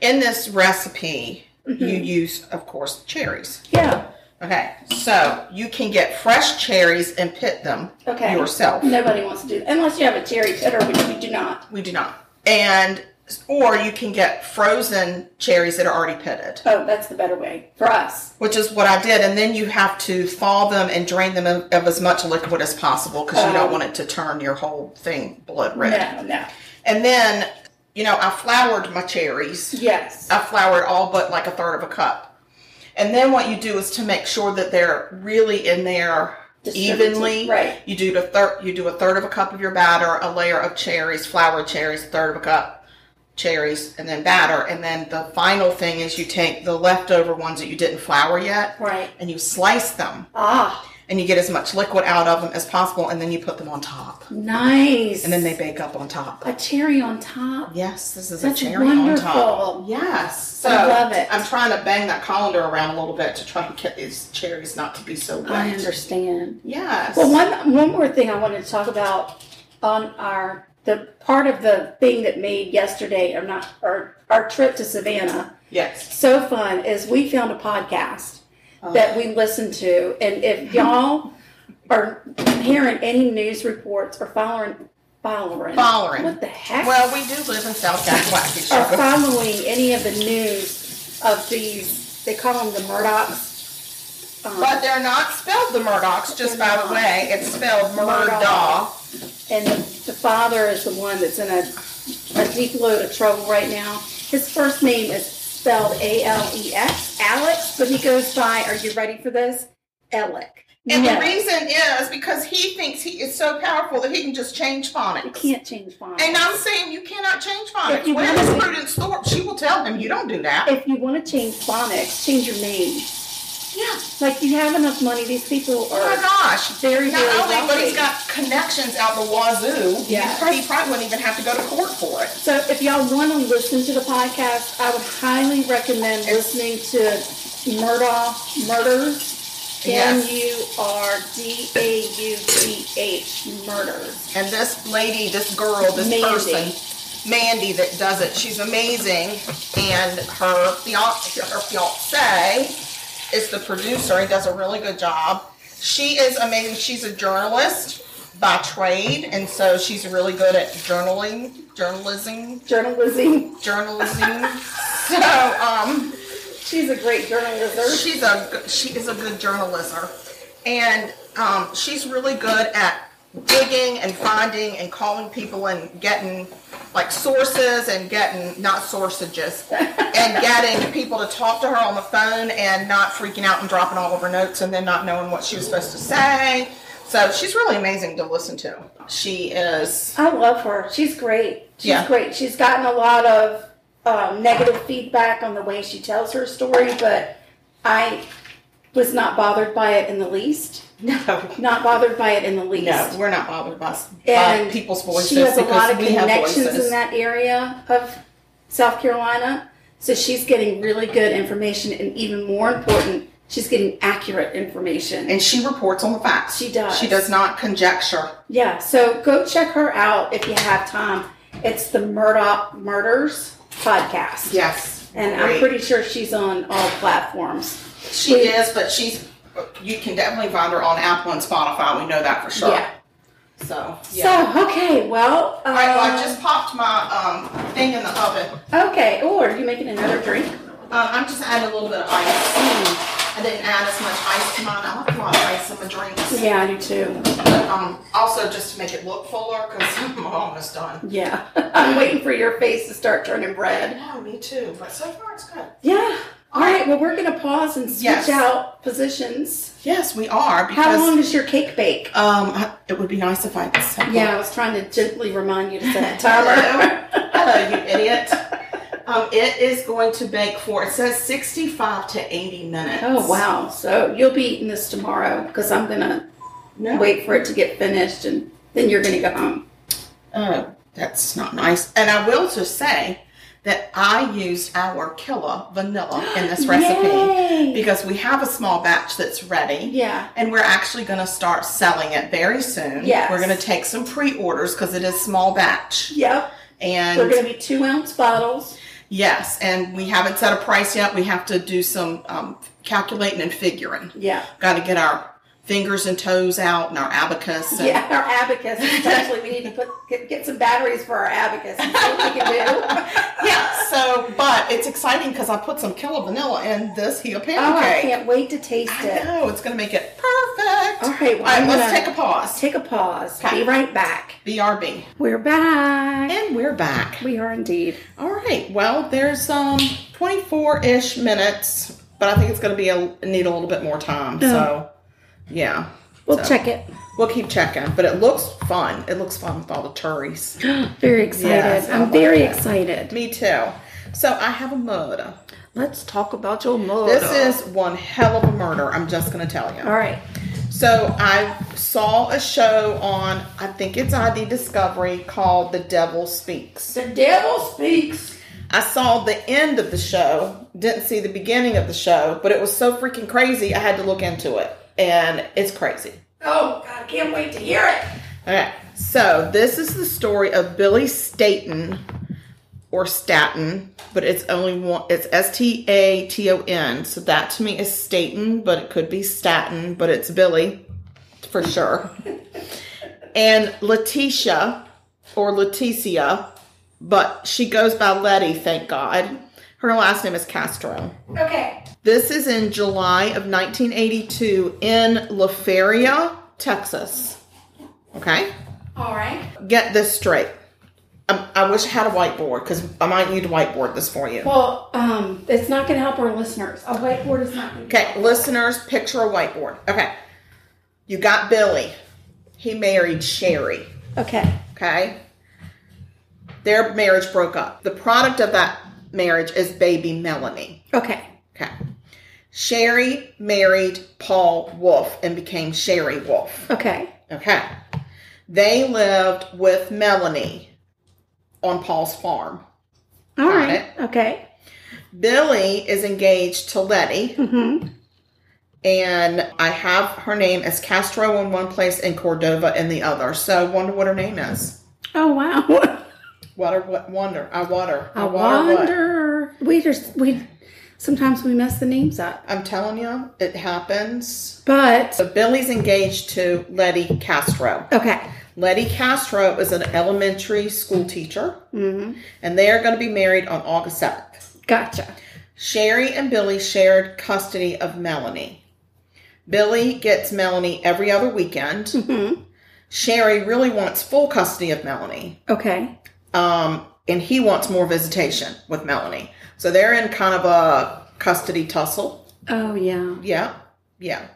Speaker 4: in this recipe,
Speaker 3: Mm-hmm.
Speaker 4: you use, of course, cherries.
Speaker 3: Yeah.
Speaker 4: Okay, so you can get fresh cherries and pit them
Speaker 3: Okay.
Speaker 4: yourself.
Speaker 3: Nobody wants to do that. Unless you have a cherry pitter, which we do not.
Speaker 4: We do not, and or you can get frozen cherries that are already pitted.
Speaker 3: Oh, that's the better way for us.
Speaker 4: which is what I did. And then you have to thaw them and drain them of, of as much liquid as possible because you don't want it to turn your whole thing blood red.
Speaker 3: No, no.
Speaker 4: And then, you know, I floured my cherries.
Speaker 3: Yes.
Speaker 4: I floured all but like a third of a cup. And then what you do is to make sure that they're really in there
Speaker 3: Distributed,
Speaker 4: evenly.
Speaker 3: right.
Speaker 4: You do the third. You do a third of a cup of your batter, a layer of cherries, floured cherries, a third of a cup cherries, and then batter. And then the final thing is you take the leftover ones that you didn't flour yet,
Speaker 3: Right.
Speaker 4: And you slice them,
Speaker 3: Ah,
Speaker 4: and you get as much liquid out of them as possible, and then you put them on top,
Speaker 3: nice.
Speaker 4: and then they bake up on top.
Speaker 3: a cherry on top.
Speaker 4: Yes, this is
Speaker 3: That's
Speaker 4: a cherry on top.
Speaker 3: wonderful.
Speaker 4: Yes, so
Speaker 3: I love it.
Speaker 4: I'm trying to bang that colander around a little bit to try to get these cherries not to be so wet.
Speaker 3: I understand.
Speaker 4: Yes.
Speaker 3: Well, one one more thing I wanted to talk about on our the part of the thing that made yesterday or not or our trip to Savannah
Speaker 4: yes.
Speaker 3: so fun is we found a podcast
Speaker 4: Oh.
Speaker 3: that we listen to. And if y'all are hearing any news reports or following, following,
Speaker 4: Following.
Speaker 3: what the heck?
Speaker 4: Well, we do live in South
Speaker 3: are
Speaker 4: Jacksonville.
Speaker 3: following any of the news of these, they call them the Murdochs. um,
Speaker 4: But they're not spelled the Murdochs, just by the way. It's spelled Murdaugh.
Speaker 3: and the, the father is the one that's in a, a deep load of trouble right now. His first name is spelled A L E X, Alex, but he goes by, are you ready for this? Alec.
Speaker 4: And
Speaker 3: No,
Speaker 4: the reason is because he thinks he is so powerful that he can just change
Speaker 3: you
Speaker 4: phonics.
Speaker 3: can't change phonics.
Speaker 4: And I'm saying you cannot change phonics.
Speaker 3: you
Speaker 4: Where
Speaker 3: wanna-
Speaker 4: is Prudence Thorpe? She will tell him you don't do that.
Speaker 3: if you want to change phonics, change your name.
Speaker 4: yeah.
Speaker 3: Like, you have enough money. These people are.
Speaker 4: Oh my gosh.
Speaker 3: Very,
Speaker 4: Not
Speaker 3: very
Speaker 4: only, but
Speaker 3: wealthy.
Speaker 4: he's got connections out the wazoo.
Speaker 3: Yeah.
Speaker 4: He probably, he probably wouldn't even have to go to court for it.
Speaker 3: So if y'all want to listen to the podcast, I would highly recommend listening to Murdaugh Murders. M
Speaker 4: Yes.
Speaker 3: U R D A U G H Murders.
Speaker 4: And this lady, this girl, this
Speaker 3: Mandy.
Speaker 4: person, Mandy, that does it, she's amazing. And her fiance, her fiance is the producer and does a really good job. She is amazing. She's a journalist by trade, and so she's really good at journaling, journalism,
Speaker 3: Journalism.
Speaker 4: journalism. so, um,
Speaker 3: She's a great journalist.
Speaker 4: She's a g- she is a good journalister, and um, she's really good at digging and finding and calling people and getting like sources and getting not sources and getting people to talk to her on the phone and not freaking out and dropping all of her notes and then not knowing what she was supposed to say. So she's really amazing to listen to. She is.
Speaker 3: I love her. She's great. She's
Speaker 4: Yeah.
Speaker 3: great. She's gotten a lot of um, negative feedback on the way she tells her story, but I was not bothered by it in the least.
Speaker 4: No.
Speaker 3: Not bothered by it in the least.
Speaker 4: No, we're not bothered by, by
Speaker 3: and
Speaker 4: people's voices
Speaker 3: She has a lot of
Speaker 4: because we have
Speaker 3: connections
Speaker 4: voices.
Speaker 3: in that area of South Carolina, so she's getting really good information, and even more important, she's getting accurate information.
Speaker 4: and she reports on the facts.
Speaker 3: She does.
Speaker 4: She does not conjecture.
Speaker 3: yeah, so go check her out if you have time. It's the Murdoch Murders podcast.
Speaker 4: Yes.
Speaker 3: and I'm pretty sure she's on all platforms.
Speaker 4: She is, but she's. You can definitely find her on Apple and Spotify. We know that for sure.
Speaker 3: Yeah.
Speaker 4: So. Yeah.
Speaker 3: So okay, well, um,
Speaker 4: All right. Well, I just popped my um, thing in the oven.
Speaker 3: okay. Oh, are you making another drink?
Speaker 4: Um, I'm just adding a little bit of ice. I didn't add as much ice to mine. I like a lot of ice in my drinks.
Speaker 3: Yeah, I do too.
Speaker 4: But, um, also just to make it look fuller because I'm almost done.
Speaker 3: Yeah, I'm waiting for your face to start turning red.
Speaker 4: No, me too. But so far it's good.
Speaker 3: Yeah. All right. Well, we're gonna pause and switch
Speaker 4: Yes.
Speaker 3: out positions.
Speaker 4: Yes, we are. Because,
Speaker 3: How long does your cake bake?
Speaker 4: Um, I- it would be nice if I could set
Speaker 3: Yeah, I was trying to gently remind you to set a
Speaker 4: Hello.
Speaker 3: timer.
Speaker 4: Hello, you idiot. Um, it is going to bake for, it says 65 to 80 minutes.
Speaker 3: oh wow! So you'll be eating this tomorrow because I'm gonna
Speaker 4: No.
Speaker 3: wait for it to get finished and then you're gonna go home.
Speaker 4: Oh, that's not nice. And I will just say that I used our Killa vanilla in this recipe
Speaker 3: Yay.
Speaker 4: because we have a small batch that's ready.
Speaker 3: Yeah.
Speaker 4: And we're actually going to start selling it very soon.
Speaker 3: Yes.
Speaker 4: We're going to take some pre orders because it is small batch.
Speaker 3: Yep.
Speaker 4: And
Speaker 3: We're gonna be two ounce bottles.
Speaker 4: Yes, and we haven't set a price yet. We have to do some um, calculating and figuring.
Speaker 3: Yeah.
Speaker 4: Got to get our fingers and toes out and our abacus. And,
Speaker 3: Yeah, our abacus. Actually, we need to put get, get some batteries for our abacus and see what we can do.
Speaker 4: Yeah, So, but it's exciting because I put some Killa Vanilla in this heel
Speaker 3: Oh, I
Speaker 4: pancake.
Speaker 3: can't wait to taste
Speaker 4: I
Speaker 3: it.
Speaker 4: know it's going to make it perfect.
Speaker 3: All right, well,
Speaker 4: All right,
Speaker 3: I'm
Speaker 4: let's
Speaker 3: gonna-
Speaker 4: take a pause.
Speaker 3: Take a pause.
Speaker 4: Okay.
Speaker 3: Be right back.
Speaker 4: BRB,
Speaker 3: We're back.
Speaker 4: and we're back.
Speaker 3: We are indeed.
Speaker 4: All right. Well, there's um 24-ish minutes, but I think it's going to be a need a little bit more time. So, yeah.
Speaker 3: We'll
Speaker 4: So.
Speaker 3: check it.
Speaker 4: We'll keep checking, but it looks fun. It looks fun with all the turries.
Speaker 3: Very excited.
Speaker 4: Yes, I
Speaker 3: I'm
Speaker 4: like
Speaker 3: very
Speaker 4: that.
Speaker 3: excited.
Speaker 4: Me too. So I have a murder.
Speaker 3: Let's talk about your murder.
Speaker 4: This is one hell of a murder. I'm just gonna tell you.
Speaker 3: all right.
Speaker 4: So I saw a show on I think it's ID Discovery called The Devil Speaks.
Speaker 3: The devil speaks.
Speaker 4: I saw the end of the show, didn't see the beginning of the show, but it was so freaking crazy I had to look into it, and it's crazy.
Speaker 3: Oh God, I can't wait to hear it.
Speaker 4: Okay, so this is the story of Billy Staten, or statin, but it's only one. It's S T A T O N. So that to me is statin, but it could be statin, but it's Billy for sure. and Letitia or Leticia, but she goes by Letty. Thank God. Her last name is Castro.
Speaker 3: Okay.
Speaker 4: This is in July of 1982 in La Feria, Texas. Okay,
Speaker 3: All right.
Speaker 4: get this straight. I, I wish I had a whiteboard because I might need to whiteboard this for you.
Speaker 3: Well, um, it's not going to help our listeners. A whiteboard is not going to.
Speaker 4: Okay, listeners, picture a whiteboard. Okay, you got Billy. He married Sherry.
Speaker 3: Okay.
Speaker 4: Okay, their marriage broke up. The product of that marriage is baby Melanie.
Speaker 3: Okay.
Speaker 4: Okay. Sherry married Paul Wolf and became Sherry Wolf.
Speaker 3: Okay.
Speaker 4: Okay. They lived with Melanie on Paul's farm.
Speaker 3: All
Speaker 4: Got
Speaker 3: right.
Speaker 4: it.
Speaker 3: Okay.
Speaker 4: Billy is engaged to Letty,
Speaker 3: Mm-hmm.
Speaker 4: and I have her name as Castro in one place and Cordova in the other. So wonder what her name is.
Speaker 3: Oh wow.
Speaker 4: Water, what wonder? I water.
Speaker 3: I
Speaker 4: what?
Speaker 3: wonder. We just we sometimes we mess the names up.
Speaker 4: I'm telling you, it happens.
Speaker 3: But
Speaker 4: So Billy's engaged to Letty Castro.
Speaker 3: okay.
Speaker 4: Letty Castro is an elementary school teacher,
Speaker 3: Mm-hmm.
Speaker 4: and they are going to be married on August 7th.
Speaker 3: Gotcha.
Speaker 4: Sherry and Billy shared custody of Melanie. Billy gets Melanie every other weekend.
Speaker 3: Mm-hmm.
Speaker 4: Sherry really wants full custody of Melanie,
Speaker 3: Okay.
Speaker 4: um, and he wants more visitation with Melanie. So they're in kind of a custody tussle.
Speaker 3: Oh yeah.
Speaker 4: Yeah, yeah.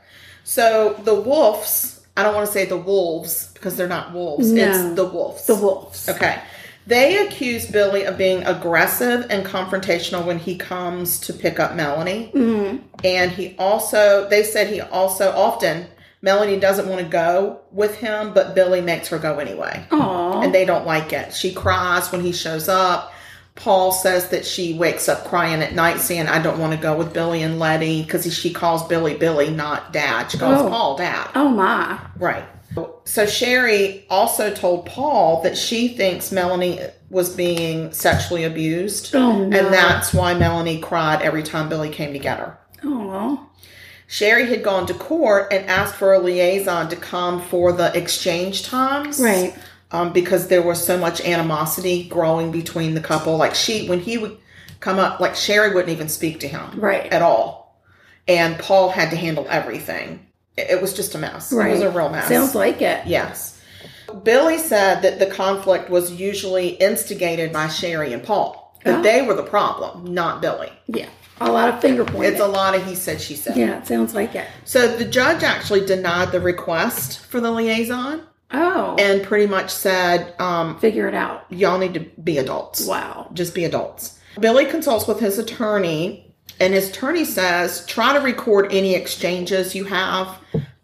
Speaker 4: So the wolves, I don't want to say the wolves because they're not wolves,
Speaker 3: No.
Speaker 4: it's the wolves.
Speaker 3: The wolves.
Speaker 4: Okay. They accuse Billy of being aggressive and confrontational when he comes to pick up Melanie.
Speaker 3: Mm-hmm.
Speaker 4: And he also, they said he also often, Melanie doesn't want to go with him, but Billy makes her go anyway.
Speaker 3: Aw.
Speaker 4: And they don't like it. She cries when he shows up. Paul says that she wakes up crying at night saying, I don't want to go with Billy and Letty because she calls Billy Billy, not dad. She calls
Speaker 3: Oh.
Speaker 4: Paul dad.
Speaker 3: oh my.
Speaker 4: Right. So Sherry also told Paul that she thinks Melanie was being sexually abused.
Speaker 3: Oh no.
Speaker 4: And that's why Melanie cried every time Billy came to get her.
Speaker 3: Aw.
Speaker 4: Sherry had gone to court and asked for a liaison to come for the exchange times.
Speaker 3: Right.
Speaker 4: Um, because there was so much animosity growing between the couple. Like she, when he would come up, like Sherry wouldn't even speak to him
Speaker 3: Right.
Speaker 4: at all. And Paul had to handle everything. It, it was just a mess. It was a real mess.
Speaker 3: Sounds like it.
Speaker 4: Yes. Billy said that the conflict was usually instigated by Sherry and Paul, that
Speaker 3: Oh.
Speaker 4: they were the problem, not Billy.
Speaker 3: Yeah. A lot of finger pointing.
Speaker 4: It's a lot of he said, she said.
Speaker 3: yeah. It sounds like it.
Speaker 4: So the judge actually denied the request for the liaison
Speaker 3: Oh.
Speaker 4: and pretty much said, um,
Speaker 3: figure it out.
Speaker 4: y'all need to be adults.
Speaker 3: Wow.
Speaker 4: Just be adults. Billy consults with his attorney, and his attorney says, try to record any exchanges you have,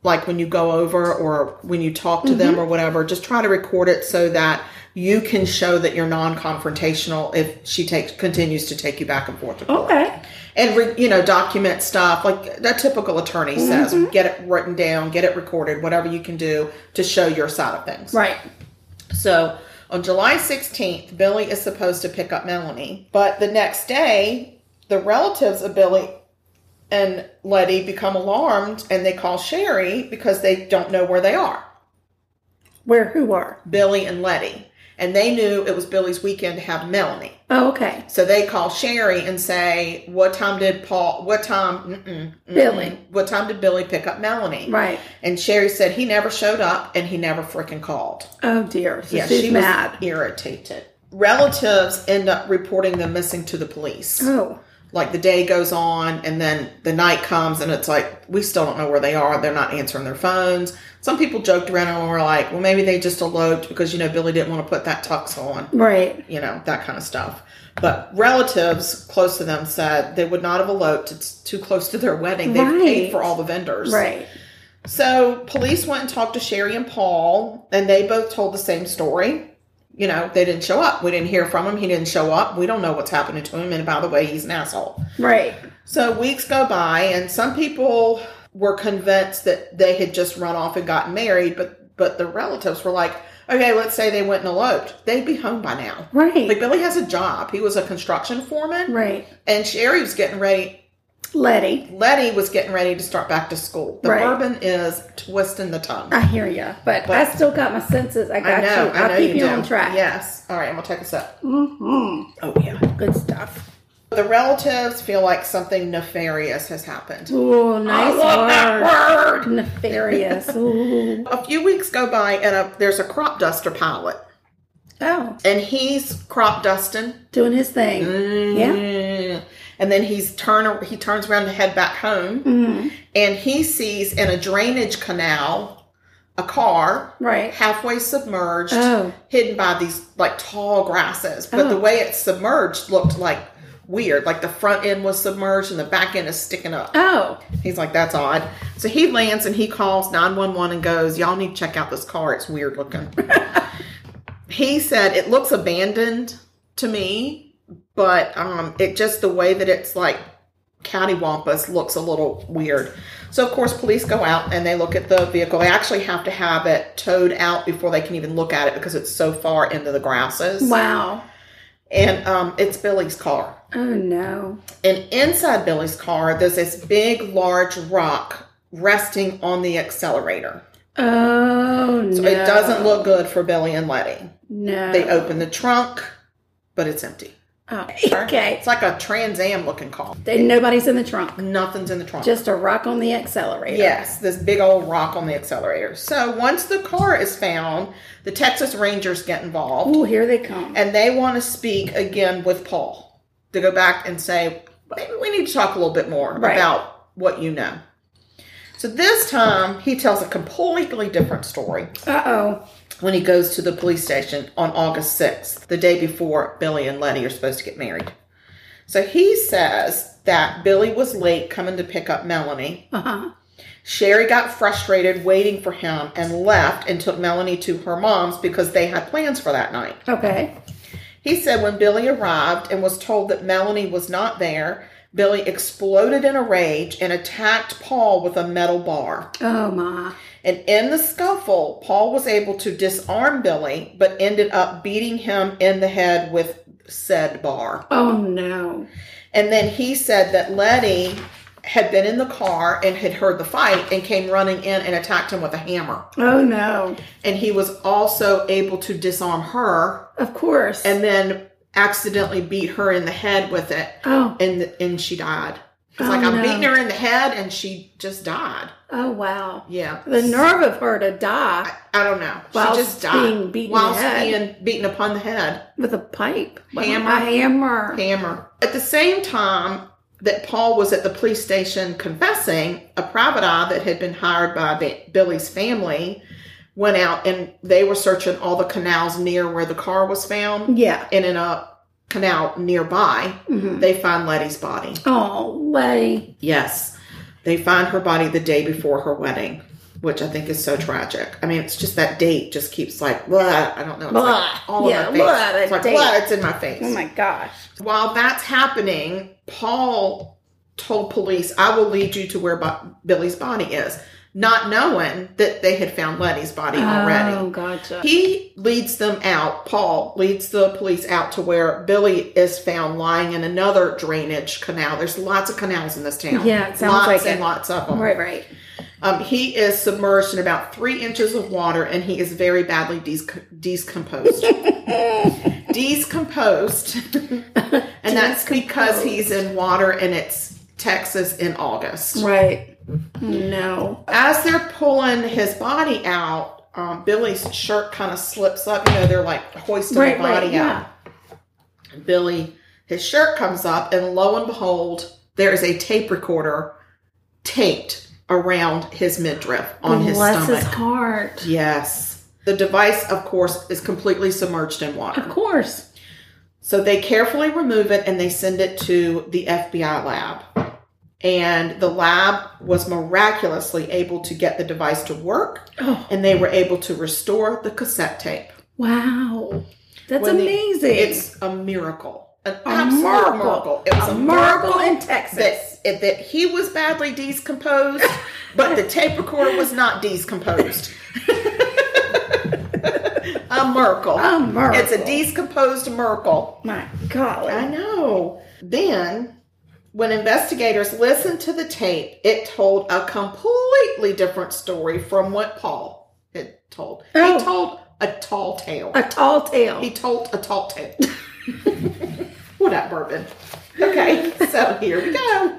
Speaker 4: like when you go over or when you talk to them or whatever. Just try to record it so that you can show that you're non-confrontational if she takes continues to take you back and forth to court
Speaker 3: Okay.
Speaker 4: and re, you know document stuff like a typical attorney says get it written down get it recorded whatever you can do to show your side of things
Speaker 3: Right.
Speaker 4: so on july 16th billy is supposed to pick up melanie but the next day the relatives of billy and letty become alarmed and they call sherry because they don't know where they are
Speaker 3: Where? Who are?
Speaker 4: billy and letty and they knew it was billy's weekend to have melanie
Speaker 3: Oh, okay.
Speaker 4: so they call Sherry and say, "What time did Paul? What time? mm, Mm-mm, mm-mm.
Speaker 3: Billy.
Speaker 4: What time did Billy pick up Melanie?"
Speaker 3: Right.
Speaker 4: And Sherry said he never showed up and he never freaking called.
Speaker 3: Oh dear. So she's
Speaker 4: she
Speaker 3: mad.
Speaker 4: was irritated. Relatives end up reporting them missing to the police.
Speaker 3: Oh.
Speaker 4: Like the day goes on and then the night comes and it's like we still don't know where they are. They're not answering their phones. Some people joked around and were like, "Well, maybe they just eloped because you know Billy didn't want to put that tux on."
Speaker 3: Right.
Speaker 4: you know, that kind of stuff. But relatives close to them said they would not have eloped. It's too close to their wedding. They
Speaker 3: Right.
Speaker 4: paid for all the vendors.
Speaker 3: Right.
Speaker 4: So police went and talked to Sherry and Paul, and they both told the same story. You know, they didn't show up. We didn't hear from him. He didn't show up. We don't know what's happening to him. And by the way, he's an asshole.
Speaker 3: Right.
Speaker 4: So weeks go by, and some people were convinced that they had just run off and gotten married, but but the relatives were like, Okay, let's say they went and eloped. They'd be home by now.
Speaker 3: Right.
Speaker 4: Like Billy has a job. He was a construction foreman.
Speaker 3: Right.
Speaker 4: And Sherry was getting ready.
Speaker 3: Letty,
Speaker 4: Letty was getting ready to start back to school. The
Speaker 3: Right.
Speaker 4: bourbon is twisting the tongue.
Speaker 3: I hear you, but, I still got my senses. I got you. I'll keep you,
Speaker 4: do.
Speaker 3: on track.
Speaker 4: Yes. All right, I'm gonna take us up.
Speaker 3: Mm-hmm.
Speaker 4: Oh yeah.
Speaker 3: Good stuff.
Speaker 4: The relatives feel like something nefarious has happened.
Speaker 3: Ooh, nice
Speaker 4: love
Speaker 3: word.
Speaker 4: that
Speaker 3: Nefarious. Ooh.
Speaker 4: A few weeks go by, and a, there's a crop duster pilot,
Speaker 3: Oh,
Speaker 4: and he's crop dusting.
Speaker 3: doing his thing. Yeah.
Speaker 4: Mm. And then he's turn he turns around to head back home,
Speaker 3: Mm-hmm.
Speaker 4: and he sees in a drainage canal a car
Speaker 3: Right.
Speaker 4: halfway submerged,
Speaker 3: Oh.
Speaker 4: hidden by these like tall grasses. But the
Speaker 3: Oh.
Speaker 4: way it's submerged looked like weird. Like the front end was submerged and the back end is sticking up.
Speaker 3: Oh,
Speaker 4: He's like, that's odd. So he lands and he calls 911 and goes, Y'all need to check out this car. It's weird looking. he said, It looks abandoned to me, but um, it just the way that it's like cattywampus looks a little weird. So, of course, police go out and they look at the vehicle. They actually have to have it towed out before they can even look at it because it's so far into the grasses.
Speaker 3: wow.
Speaker 4: And um, it's Billy's car.
Speaker 3: Oh, no.
Speaker 4: And inside Billy's car, there's this big, large rock resting on the accelerator.
Speaker 3: Oh, no.
Speaker 4: So it doesn't look good for Billy and Letty.
Speaker 3: No.
Speaker 4: They open the trunk, but it's empty.
Speaker 3: Oh, okay.
Speaker 4: It's like a Trans Am looking car.
Speaker 3: Then nobody's in the trunk.
Speaker 4: Nothing's in the trunk.
Speaker 3: Just a rock on the accelerator.
Speaker 4: yes, this big old rock on the accelerator. So once the car is found, the Texas Rangers get involved.
Speaker 3: Ooh, here they come.
Speaker 4: and they want to speak again with Paul to go back and say, maybe we need to talk a little bit more
Speaker 3: Right.
Speaker 4: about what you know. So this time he tells a completely different story
Speaker 3: Uh oh.
Speaker 4: when he goes to the police station on August 6th, the day before Billy and Letty are supposed to get married. So he says that Billy was late coming to pick up Melanie.
Speaker 3: Uh huh.
Speaker 4: Sherry got frustrated waiting for him and left and took Melanie to her mom's because they had plans for that night.
Speaker 3: Okay.
Speaker 4: He said when Billy arrived and was told that Melanie was not there, Billy exploded in a rage and attacked Paul with a metal bar.
Speaker 3: Oh my.
Speaker 4: And in the scuffle, Paul was able to disarm Billy, but ended up beating him in the head with said bar.
Speaker 3: Oh no.
Speaker 4: And then he said that Letty had been in the car and had heard the fight and came running in and attacked him with a hammer.
Speaker 3: Oh no.
Speaker 4: And he was also able to disarm her
Speaker 3: Of course.
Speaker 4: and then accidentally beat her in the head with it
Speaker 3: oh.
Speaker 4: and and she died. It's
Speaker 3: Oh,
Speaker 4: like I'm
Speaker 3: no.
Speaker 4: beating her in the head and she just died.
Speaker 3: Oh wow.
Speaker 4: Yeah,
Speaker 3: The nerve of her to die
Speaker 4: I don't know.
Speaker 3: Whilst
Speaker 4: she just died
Speaker 3: being beaten in the
Speaker 4: whilst
Speaker 3: head.
Speaker 4: being beaten upon the head,
Speaker 3: with a pipe. Wow,
Speaker 4: Hammer.
Speaker 3: A hammer.
Speaker 4: hammer. At the same time that Paul was at the police station confessing, a private eye that had been hired by Ba- Billy's family went out and they were searching all the canals near where the car was found,
Speaker 3: Yeah.
Speaker 4: and in a canal nearby,
Speaker 3: hmm
Speaker 4: they find Letty's body.
Speaker 3: Oh, Letty.
Speaker 4: Yes. They find her body the day before her wedding, which I think is so tragic. I mean, it's just that date just keeps like, blah, I don't know. It's
Speaker 3: Blah.
Speaker 4: like all
Speaker 3: Yeah,
Speaker 4: in my face.
Speaker 3: blah, that
Speaker 4: it's like,
Speaker 3: date.
Speaker 4: blah, it's in my face.
Speaker 3: Oh my gosh.
Speaker 4: While that's happening, Paul told police, I will lead you to where Bo- Billy's body is, not knowing that they had found Letty's body already.
Speaker 3: Oh, gotcha.
Speaker 4: He leads them out, Paul leads the police out to where Billy is found lying in another drainage canal. There's lots of canals in this town.
Speaker 3: Yeah, it sounds
Speaker 4: lots
Speaker 3: like
Speaker 4: and
Speaker 3: it.
Speaker 4: lots of them.
Speaker 3: right, right.
Speaker 4: Um, he is submerged in about three inches of water and he is very badly dis- decomposed. decomposed. and that's because he's in water and it's Texas in August.
Speaker 3: Right. No.
Speaker 4: As they're pulling his body out, um, Billy's shirt kind of slips up. You know, they're like hoisting
Speaker 3: Right,
Speaker 4: the body
Speaker 3: right.
Speaker 4: out.
Speaker 3: Yeah.
Speaker 4: Billy, his shirt comes up, and lo and behold, there is a tape recorder taped around his midriff on his
Speaker 3: Bless
Speaker 4: stomach.
Speaker 3: his heart.
Speaker 4: Yes. The device, of course, is completely submerged in
Speaker 3: Of
Speaker 4: water.
Speaker 3: course.
Speaker 4: So they carefully remove it and they send it to the FBI lab. And the lab was miraculously able to get the device to work
Speaker 3: Oh,
Speaker 4: and they were able to restore the cassette tape.
Speaker 3: wow. That's
Speaker 4: When they-
Speaker 3: amazing.
Speaker 4: It's a miracle. An
Speaker 3: A
Speaker 4: absolute miracle. It was a, miracle,
Speaker 3: in Texas.
Speaker 4: that, it- that he was badly decomposed, but the tape recorder was not decomposed. a Merkle.
Speaker 3: A Merkle.
Speaker 4: It's a decomposed Merkle.
Speaker 3: My golly.
Speaker 4: I know. Then, when investigators listened to the tape, it told a completely different story from what Paul had told.
Speaker 3: Oh.
Speaker 4: He told a tall tale.
Speaker 3: A tall tale.
Speaker 4: He told a tall tale. what up, bourbon? Okay, so here we go.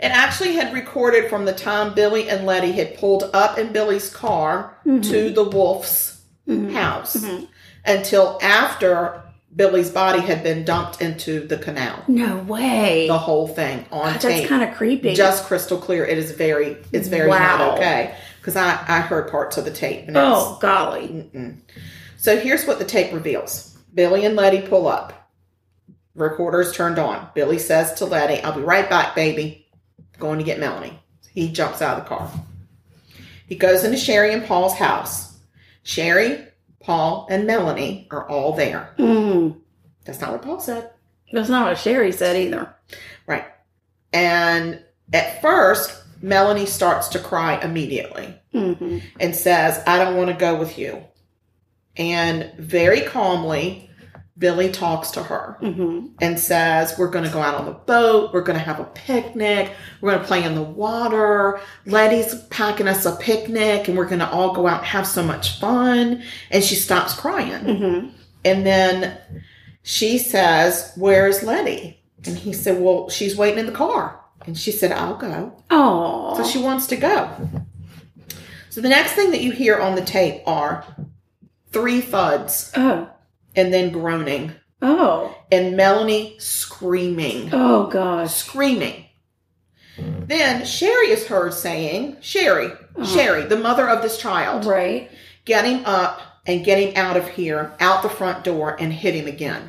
Speaker 4: It actually had recorded from the time Billy and Letty had pulled up in Billy's car
Speaker 3: Mm-hmm.
Speaker 4: to the wolf's house until after Billy's body had been dumped into the canal.
Speaker 3: no way.
Speaker 4: The whole thing on
Speaker 3: That's
Speaker 4: tape
Speaker 3: kind of creepy.
Speaker 4: just crystal clear. It is very, it's very
Speaker 3: Wow.
Speaker 4: not okay. Because I, I heard parts of the tape. And it's-
Speaker 3: oh golly.
Speaker 4: Mm. So here's what the tape reveals Billy and Letty pull up. Recorder's turned on. Billy says to Letty, I'll be right back, baby. Going to get Melanie. He jumps out of the car. He goes into Sherry and Paul's house. Sherry, Paul, and Melanie are all there.
Speaker 3: Mm.
Speaker 4: That's not what Paul said.
Speaker 3: That's not what Sherry said either.
Speaker 4: Right. And at first, Melanie starts to cry immediately.
Speaker 3: hmm
Speaker 4: and says, I don't want to go with you. And very calmly, Billy talks to her
Speaker 3: hmm
Speaker 4: and says, We're going to go out on the boat. We're going to have a picnic. We're going to play in the water. Letty's packing us a picnic and we're going to all go out and have so much fun. And she stops crying.
Speaker 3: hmm
Speaker 4: And then she says, Where's Letty? And he said, Well, she's waiting in the car. And she said, I'll go.
Speaker 3: Oh.
Speaker 4: So she wants to go. So the next thing that you hear on the tape are three thuds
Speaker 3: oh.
Speaker 4: and then groaning
Speaker 3: Oh.
Speaker 4: and Melanie screaming.
Speaker 3: Oh gosh.
Speaker 4: Screaming. Then Sherry is heard saying, Sherry, Sherry, the mother of this child,
Speaker 3: Oh. Right.
Speaker 4: get him up and get him out of here, out the front door, and hit him again.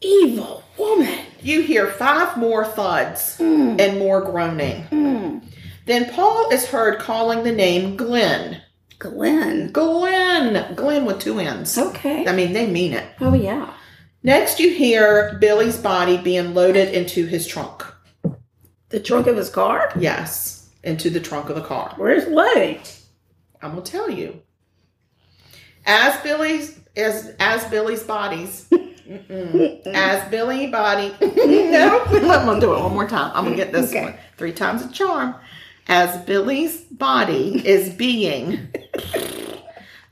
Speaker 3: Evil woman.
Speaker 4: You hear five more thuds
Speaker 3: Mm.
Speaker 4: and more groaning.
Speaker 3: Mm.
Speaker 4: Then Paul is heard calling the name Glenn.
Speaker 3: Glenn.
Speaker 4: Glenn. Glenn with two N's.
Speaker 3: Okay.
Speaker 4: I mean, they mean it.
Speaker 3: Oh yeah.
Speaker 4: Next, you hear Billy's body being loaded into his trunk.
Speaker 3: The trunk of his car.
Speaker 4: Yes, into the trunk of the car.
Speaker 3: Where's Letty?
Speaker 4: I'm gonna tell you. As Billy's as as Billy's bodies, Mm-mm. as Billy body. no, I'm gonna do it one more time. I'm gonna get this
Speaker 3: Okay.
Speaker 4: one three times a charm. As Billy's body is being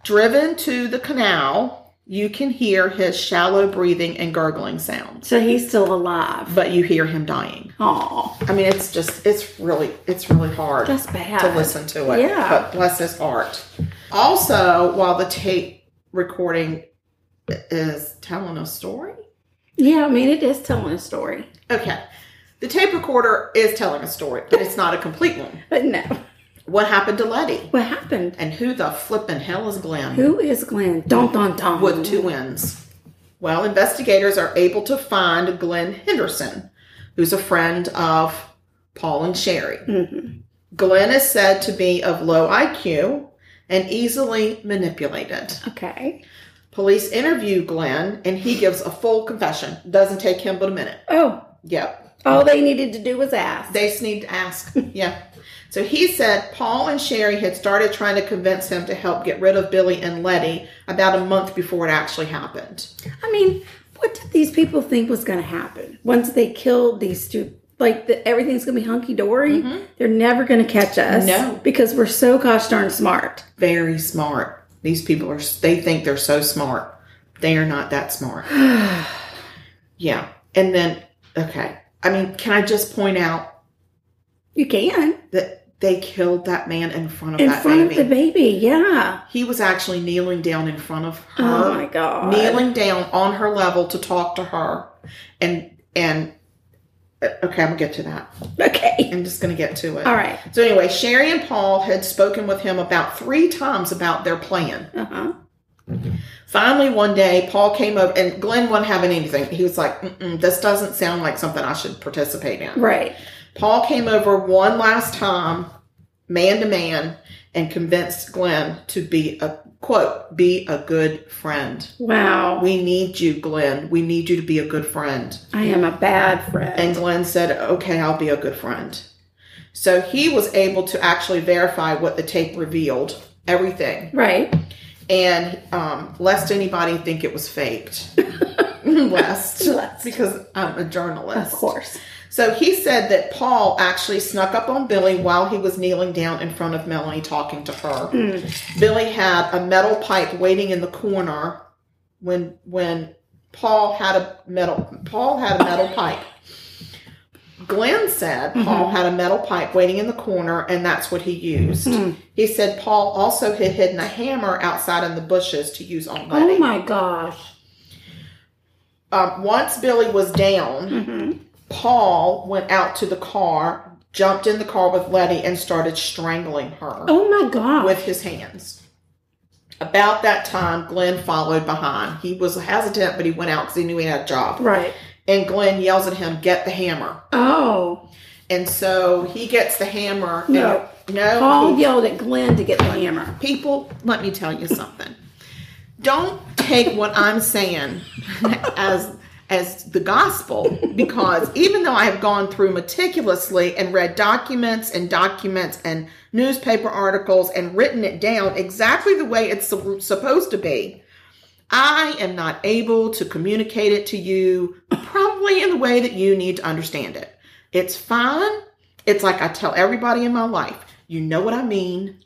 Speaker 4: driven to the canal, you can hear his shallow breathing and gurgling sounds,
Speaker 3: So he's still alive.
Speaker 4: but you hear him dying.
Speaker 3: Oh,
Speaker 4: I mean, it's just it's really it's really hard
Speaker 3: that's bad.
Speaker 4: to listen to it.
Speaker 3: Yeah.
Speaker 4: But bless his heart. Also, while the tape recording is telling a story.
Speaker 3: Yeah, I mean it is telling a story,
Speaker 4: Okay. The tape recorder is telling a story, but it's not a complete one.
Speaker 3: but no.
Speaker 4: What happened to Letty?
Speaker 3: What happened?
Speaker 4: And who the flippin' hell is Glenn?
Speaker 3: Who is Glenn? Don't don't don't.
Speaker 4: with two ends. Well, investigators are able to find Glenn Henderson, who's a friend of Paul and Sherry.
Speaker 3: Mm-hmm.
Speaker 4: Glenn is said to be of low IQ and easily manipulated.
Speaker 3: Okay.
Speaker 4: Police interview Glenn and he gives a full confession. Doesn't take him but a minute.
Speaker 3: Oh,
Speaker 4: Yep.
Speaker 3: all they needed to do was ask.
Speaker 4: They just need to ask. yeah. So he said Paul and Sherry had started trying to convince him to help get rid of Billy and Letty about a month before it actually happened.
Speaker 3: I mean, what did these people think was going to happen once they killed these two? Like the, everything's going to be hunky dory. They're never going to catch us.
Speaker 4: No.
Speaker 3: because we're so gosh darn smart.
Speaker 4: very smart. These people are, they think they're so smart. They are not that smart. yeah. And then, okay. I mean, can I just point out
Speaker 3: You can
Speaker 4: that they killed that man in front of
Speaker 3: in
Speaker 4: that
Speaker 3: front
Speaker 4: baby?
Speaker 3: of the baby. Yeah.
Speaker 4: he was actually kneeling down in front of her.
Speaker 3: Oh my god.
Speaker 4: Uh-huh. Kneeling down on her level to talk to her. And, and, uh, okay, I'm gonna get to that.
Speaker 3: Okay.
Speaker 4: I'm just gonna get to it.
Speaker 3: All right.
Speaker 4: So anyway, Sherry and Paul had spoken with him about three times about their plan.
Speaker 3: Uh huh.
Speaker 4: Finally, one day, Paul came up, and Glenn wasn't having anything. He was like, Mm-mm, "This doesn't sound like something I should participate in."
Speaker 3: Right.
Speaker 4: Paul came over one last time, man to man, and convinced Glenn to be a quote, "Be a good friend."
Speaker 3: Wow.
Speaker 4: We need you, Glenn. We need you to be a good friend.
Speaker 3: I am a bad friend.
Speaker 4: And Glenn said, "Okay, I'll be a good friend." So he was able to actually verify what the tape revealed, everything.
Speaker 3: right.
Speaker 4: and um, lest anybody think it was faked. lest,
Speaker 3: Lest.
Speaker 4: because I'm a journalist.
Speaker 3: Of course.
Speaker 4: So he said that Paul actually snuck up on Billy while he was kneeling down in front of Melanie talking to her.
Speaker 3: Hmm.
Speaker 4: Billy had a metal pipe waiting in the corner when when Paul had a metal Paul had a metal pipe. Glenn said
Speaker 3: Mm-hmm.
Speaker 4: Paul had a metal pipe waiting in the corner and that's what he used.
Speaker 3: Hmm.
Speaker 4: He said Paul also had hidden a hammer outside in the bushes to use on Letty.
Speaker 3: Oh my gosh.
Speaker 4: Um, once Billy was down,
Speaker 3: Mm-hmm.
Speaker 4: Paul went out to the car, jumped in the car with Letty, and started strangling her
Speaker 3: Oh my gosh.
Speaker 4: with his hands. About that time, Glenn followed behind. He was hesitant, but he went out because he knew he had a job.
Speaker 3: right.
Speaker 4: And Glenn yells at him, "Get the hammer!"
Speaker 3: Oh.
Speaker 4: And so he gets the hammer. and-
Speaker 3: No.
Speaker 4: no,
Speaker 3: Paul
Speaker 4: he-
Speaker 3: yelled at Glenn to get the hammer.
Speaker 4: people, let me tell you something. Don't take what I'm saying as as the gospel because even though I have gone through meticulously and read documents and documents and newspaper articles and written it down exactly the way it's su- supposed to be, I am not able to communicate it to you probably in the way that you need to understand it. It's fine. It's like I tell everybody in my life, you know what I mean.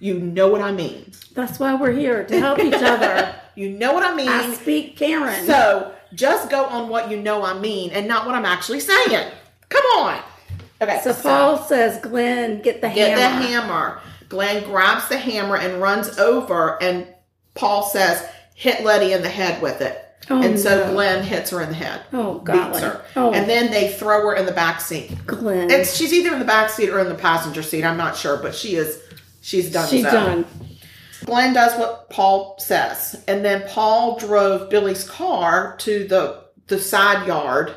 Speaker 4: You know what I mean.
Speaker 3: That's why we're here to help each other.
Speaker 4: You know what I mean.
Speaker 3: I speak Karen.
Speaker 4: So just go on what you know I mean and not what I'm actually saying. Come on. Okay.
Speaker 3: So Paul says, Glenn, get the
Speaker 4: get
Speaker 3: hammer.
Speaker 4: the hammer. Glenn grabs the hammer and runs over, and Paul says, "Hit Letty in the head with it."
Speaker 3: Oh,
Speaker 4: and so
Speaker 3: no.
Speaker 4: Glenn hits her in the head.
Speaker 3: Oh,
Speaker 4: beats
Speaker 3: golly.
Speaker 4: her.
Speaker 3: Oh.
Speaker 4: And then they throw her in the back seat.
Speaker 3: Glenn.
Speaker 4: It's she's either in the back seat or in the passenger seat. I'm not sure, but she is. She's done.
Speaker 3: She's done.
Speaker 4: Glenn does what Paul says, and then Paul drove Billy's car to the the side yard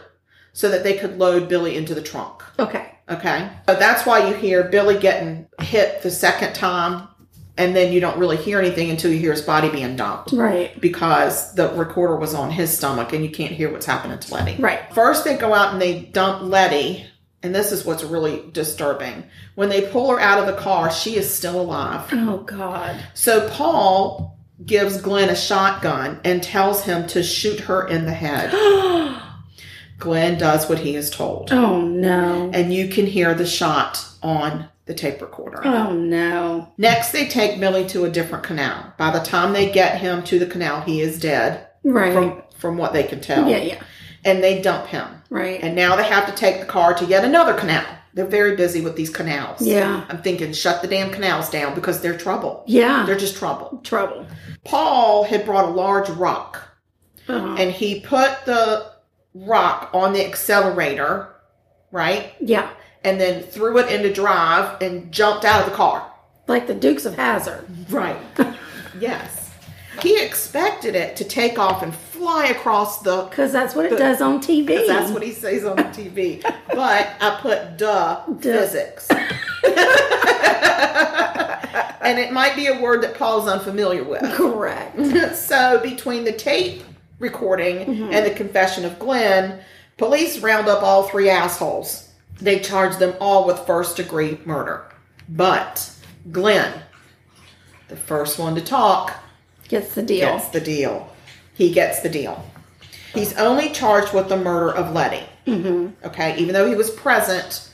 Speaker 4: so that they could load Billy into the trunk.
Speaker 3: Okay.
Speaker 4: Okay, so that's why you hear Billy getting hit the second time, and then you don't really hear anything until you hear his body being dumped
Speaker 3: Right.
Speaker 4: because the recorder was on his stomach, and you can't hear what's happening to Letty.
Speaker 3: Right.
Speaker 4: First, they go out and they dump Letty, and this is what's really disturbing. When they pull her out of the car, she is still alive.
Speaker 3: Oh, God.
Speaker 4: So Paul gives Glenn a shotgun and tells him to shoot her in the head. Oh, Glenn does what he is told.
Speaker 3: Oh, no.
Speaker 4: And you can hear the shot on the tape recorder.
Speaker 3: Oh, no.
Speaker 4: Next, they take Millie to a different canal. By the time they get him to the canal, he is dead
Speaker 3: Right.
Speaker 4: from, from what they can tell.
Speaker 3: yeah, yeah.
Speaker 4: And they dump him.
Speaker 3: Right.
Speaker 4: And now they have to take the car to yet another canal. They're very busy with these canals.
Speaker 3: Yeah.
Speaker 4: I'm thinking, shut the damn canals down because they're trouble.
Speaker 3: yeah.
Speaker 4: They're just trouble.
Speaker 3: trouble.
Speaker 4: Paul had brought a large rock
Speaker 3: Oh.
Speaker 4: and he put the rock on the accelerator, right?
Speaker 3: yeah.
Speaker 4: And then threw it into drive and jumped out of the car.
Speaker 3: Like the Dukes of Hazard.
Speaker 4: Right. yes. He expected it to take off and fly across the.
Speaker 3: Because that's what it does on TV.
Speaker 4: That's what he says on the TV. but I put duh, physics. and it might be a word that Paul's unfamiliar with.
Speaker 3: Correct.
Speaker 4: so between the tape recording and the confession of Glenn, police round up all three assholes. They charge them all with first degree murder. But Glenn, the first one to talk,
Speaker 3: Gets the deal.
Speaker 4: gets the deal. He gets the deal. He's only charged with the murder of Letty. Mm-hmm. Okay, even though he was present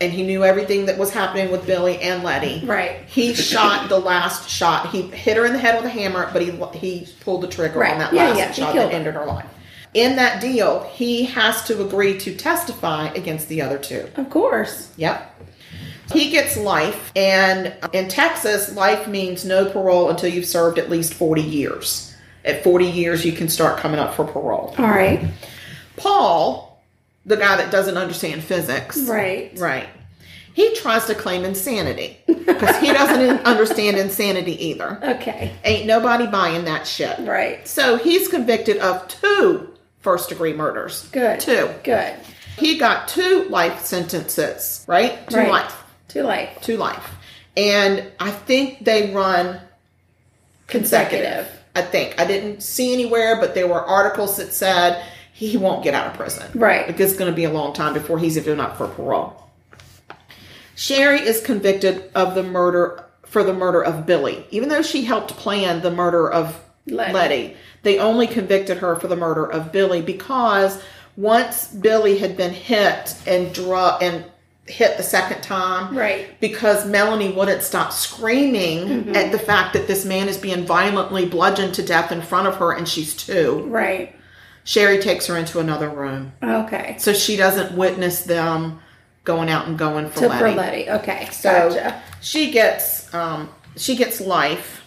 Speaker 4: and he knew everything that was happening with Billy and Letty.
Speaker 3: Right.
Speaker 4: He shot the last shot. He hit her in the head with a hammer, but he he pulled the trigger
Speaker 3: Right.
Speaker 4: on that
Speaker 3: Yeah,
Speaker 4: last
Speaker 3: yeah, he
Speaker 4: shot
Speaker 3: killed
Speaker 4: that
Speaker 3: her.
Speaker 4: ended her life. In that deal, he has to agree to testify against the other two.
Speaker 3: Of course.
Speaker 4: Yep. He gets life, and in Texas, life means no parole until you've served at least 40 years. At 40 years, you can start coming up for parole.
Speaker 3: All right.
Speaker 4: Paul, the guy that doesn't understand physics,
Speaker 3: Right.
Speaker 4: right, he tries to claim insanity because he doesn't in- understand insanity either.
Speaker 3: Okay.
Speaker 4: Ain't nobody buying that shit.
Speaker 3: Right.
Speaker 4: So he's convicted of two first degree murders.
Speaker 3: Good.
Speaker 4: Two.
Speaker 3: Good.
Speaker 4: He got two life sentences, right? Two
Speaker 3: Right.
Speaker 4: life.
Speaker 3: Too late.
Speaker 4: to life. And I think they run consecutive.
Speaker 3: Consecutive.
Speaker 4: I think. I didn't see anywhere, but there were articles that said he won't get out of prison.
Speaker 3: Right.
Speaker 4: Like it's going to be a long time before he's even up for parole. Sherry is convicted of the murder for the murder of Billy, even though she helped plan the murder of
Speaker 3: Letty.
Speaker 4: Letty. They only convicted her for the murder of Billy because once Billy had been hit and drug and hit the second time,
Speaker 3: Right. Mm-hmm.
Speaker 4: Because Melanie wouldn't stop screaming at the fact that this man is being violently bludgeoned to death in front of her, and she's two.
Speaker 3: Right.
Speaker 4: Sherry takes her into another room
Speaker 3: Okay.
Speaker 4: so she doesn't witness them going out and going for
Speaker 3: To
Speaker 4: Letty.
Speaker 3: Letty. Okay.
Speaker 4: So
Speaker 3: gotcha.
Speaker 4: she gets um, she gets life,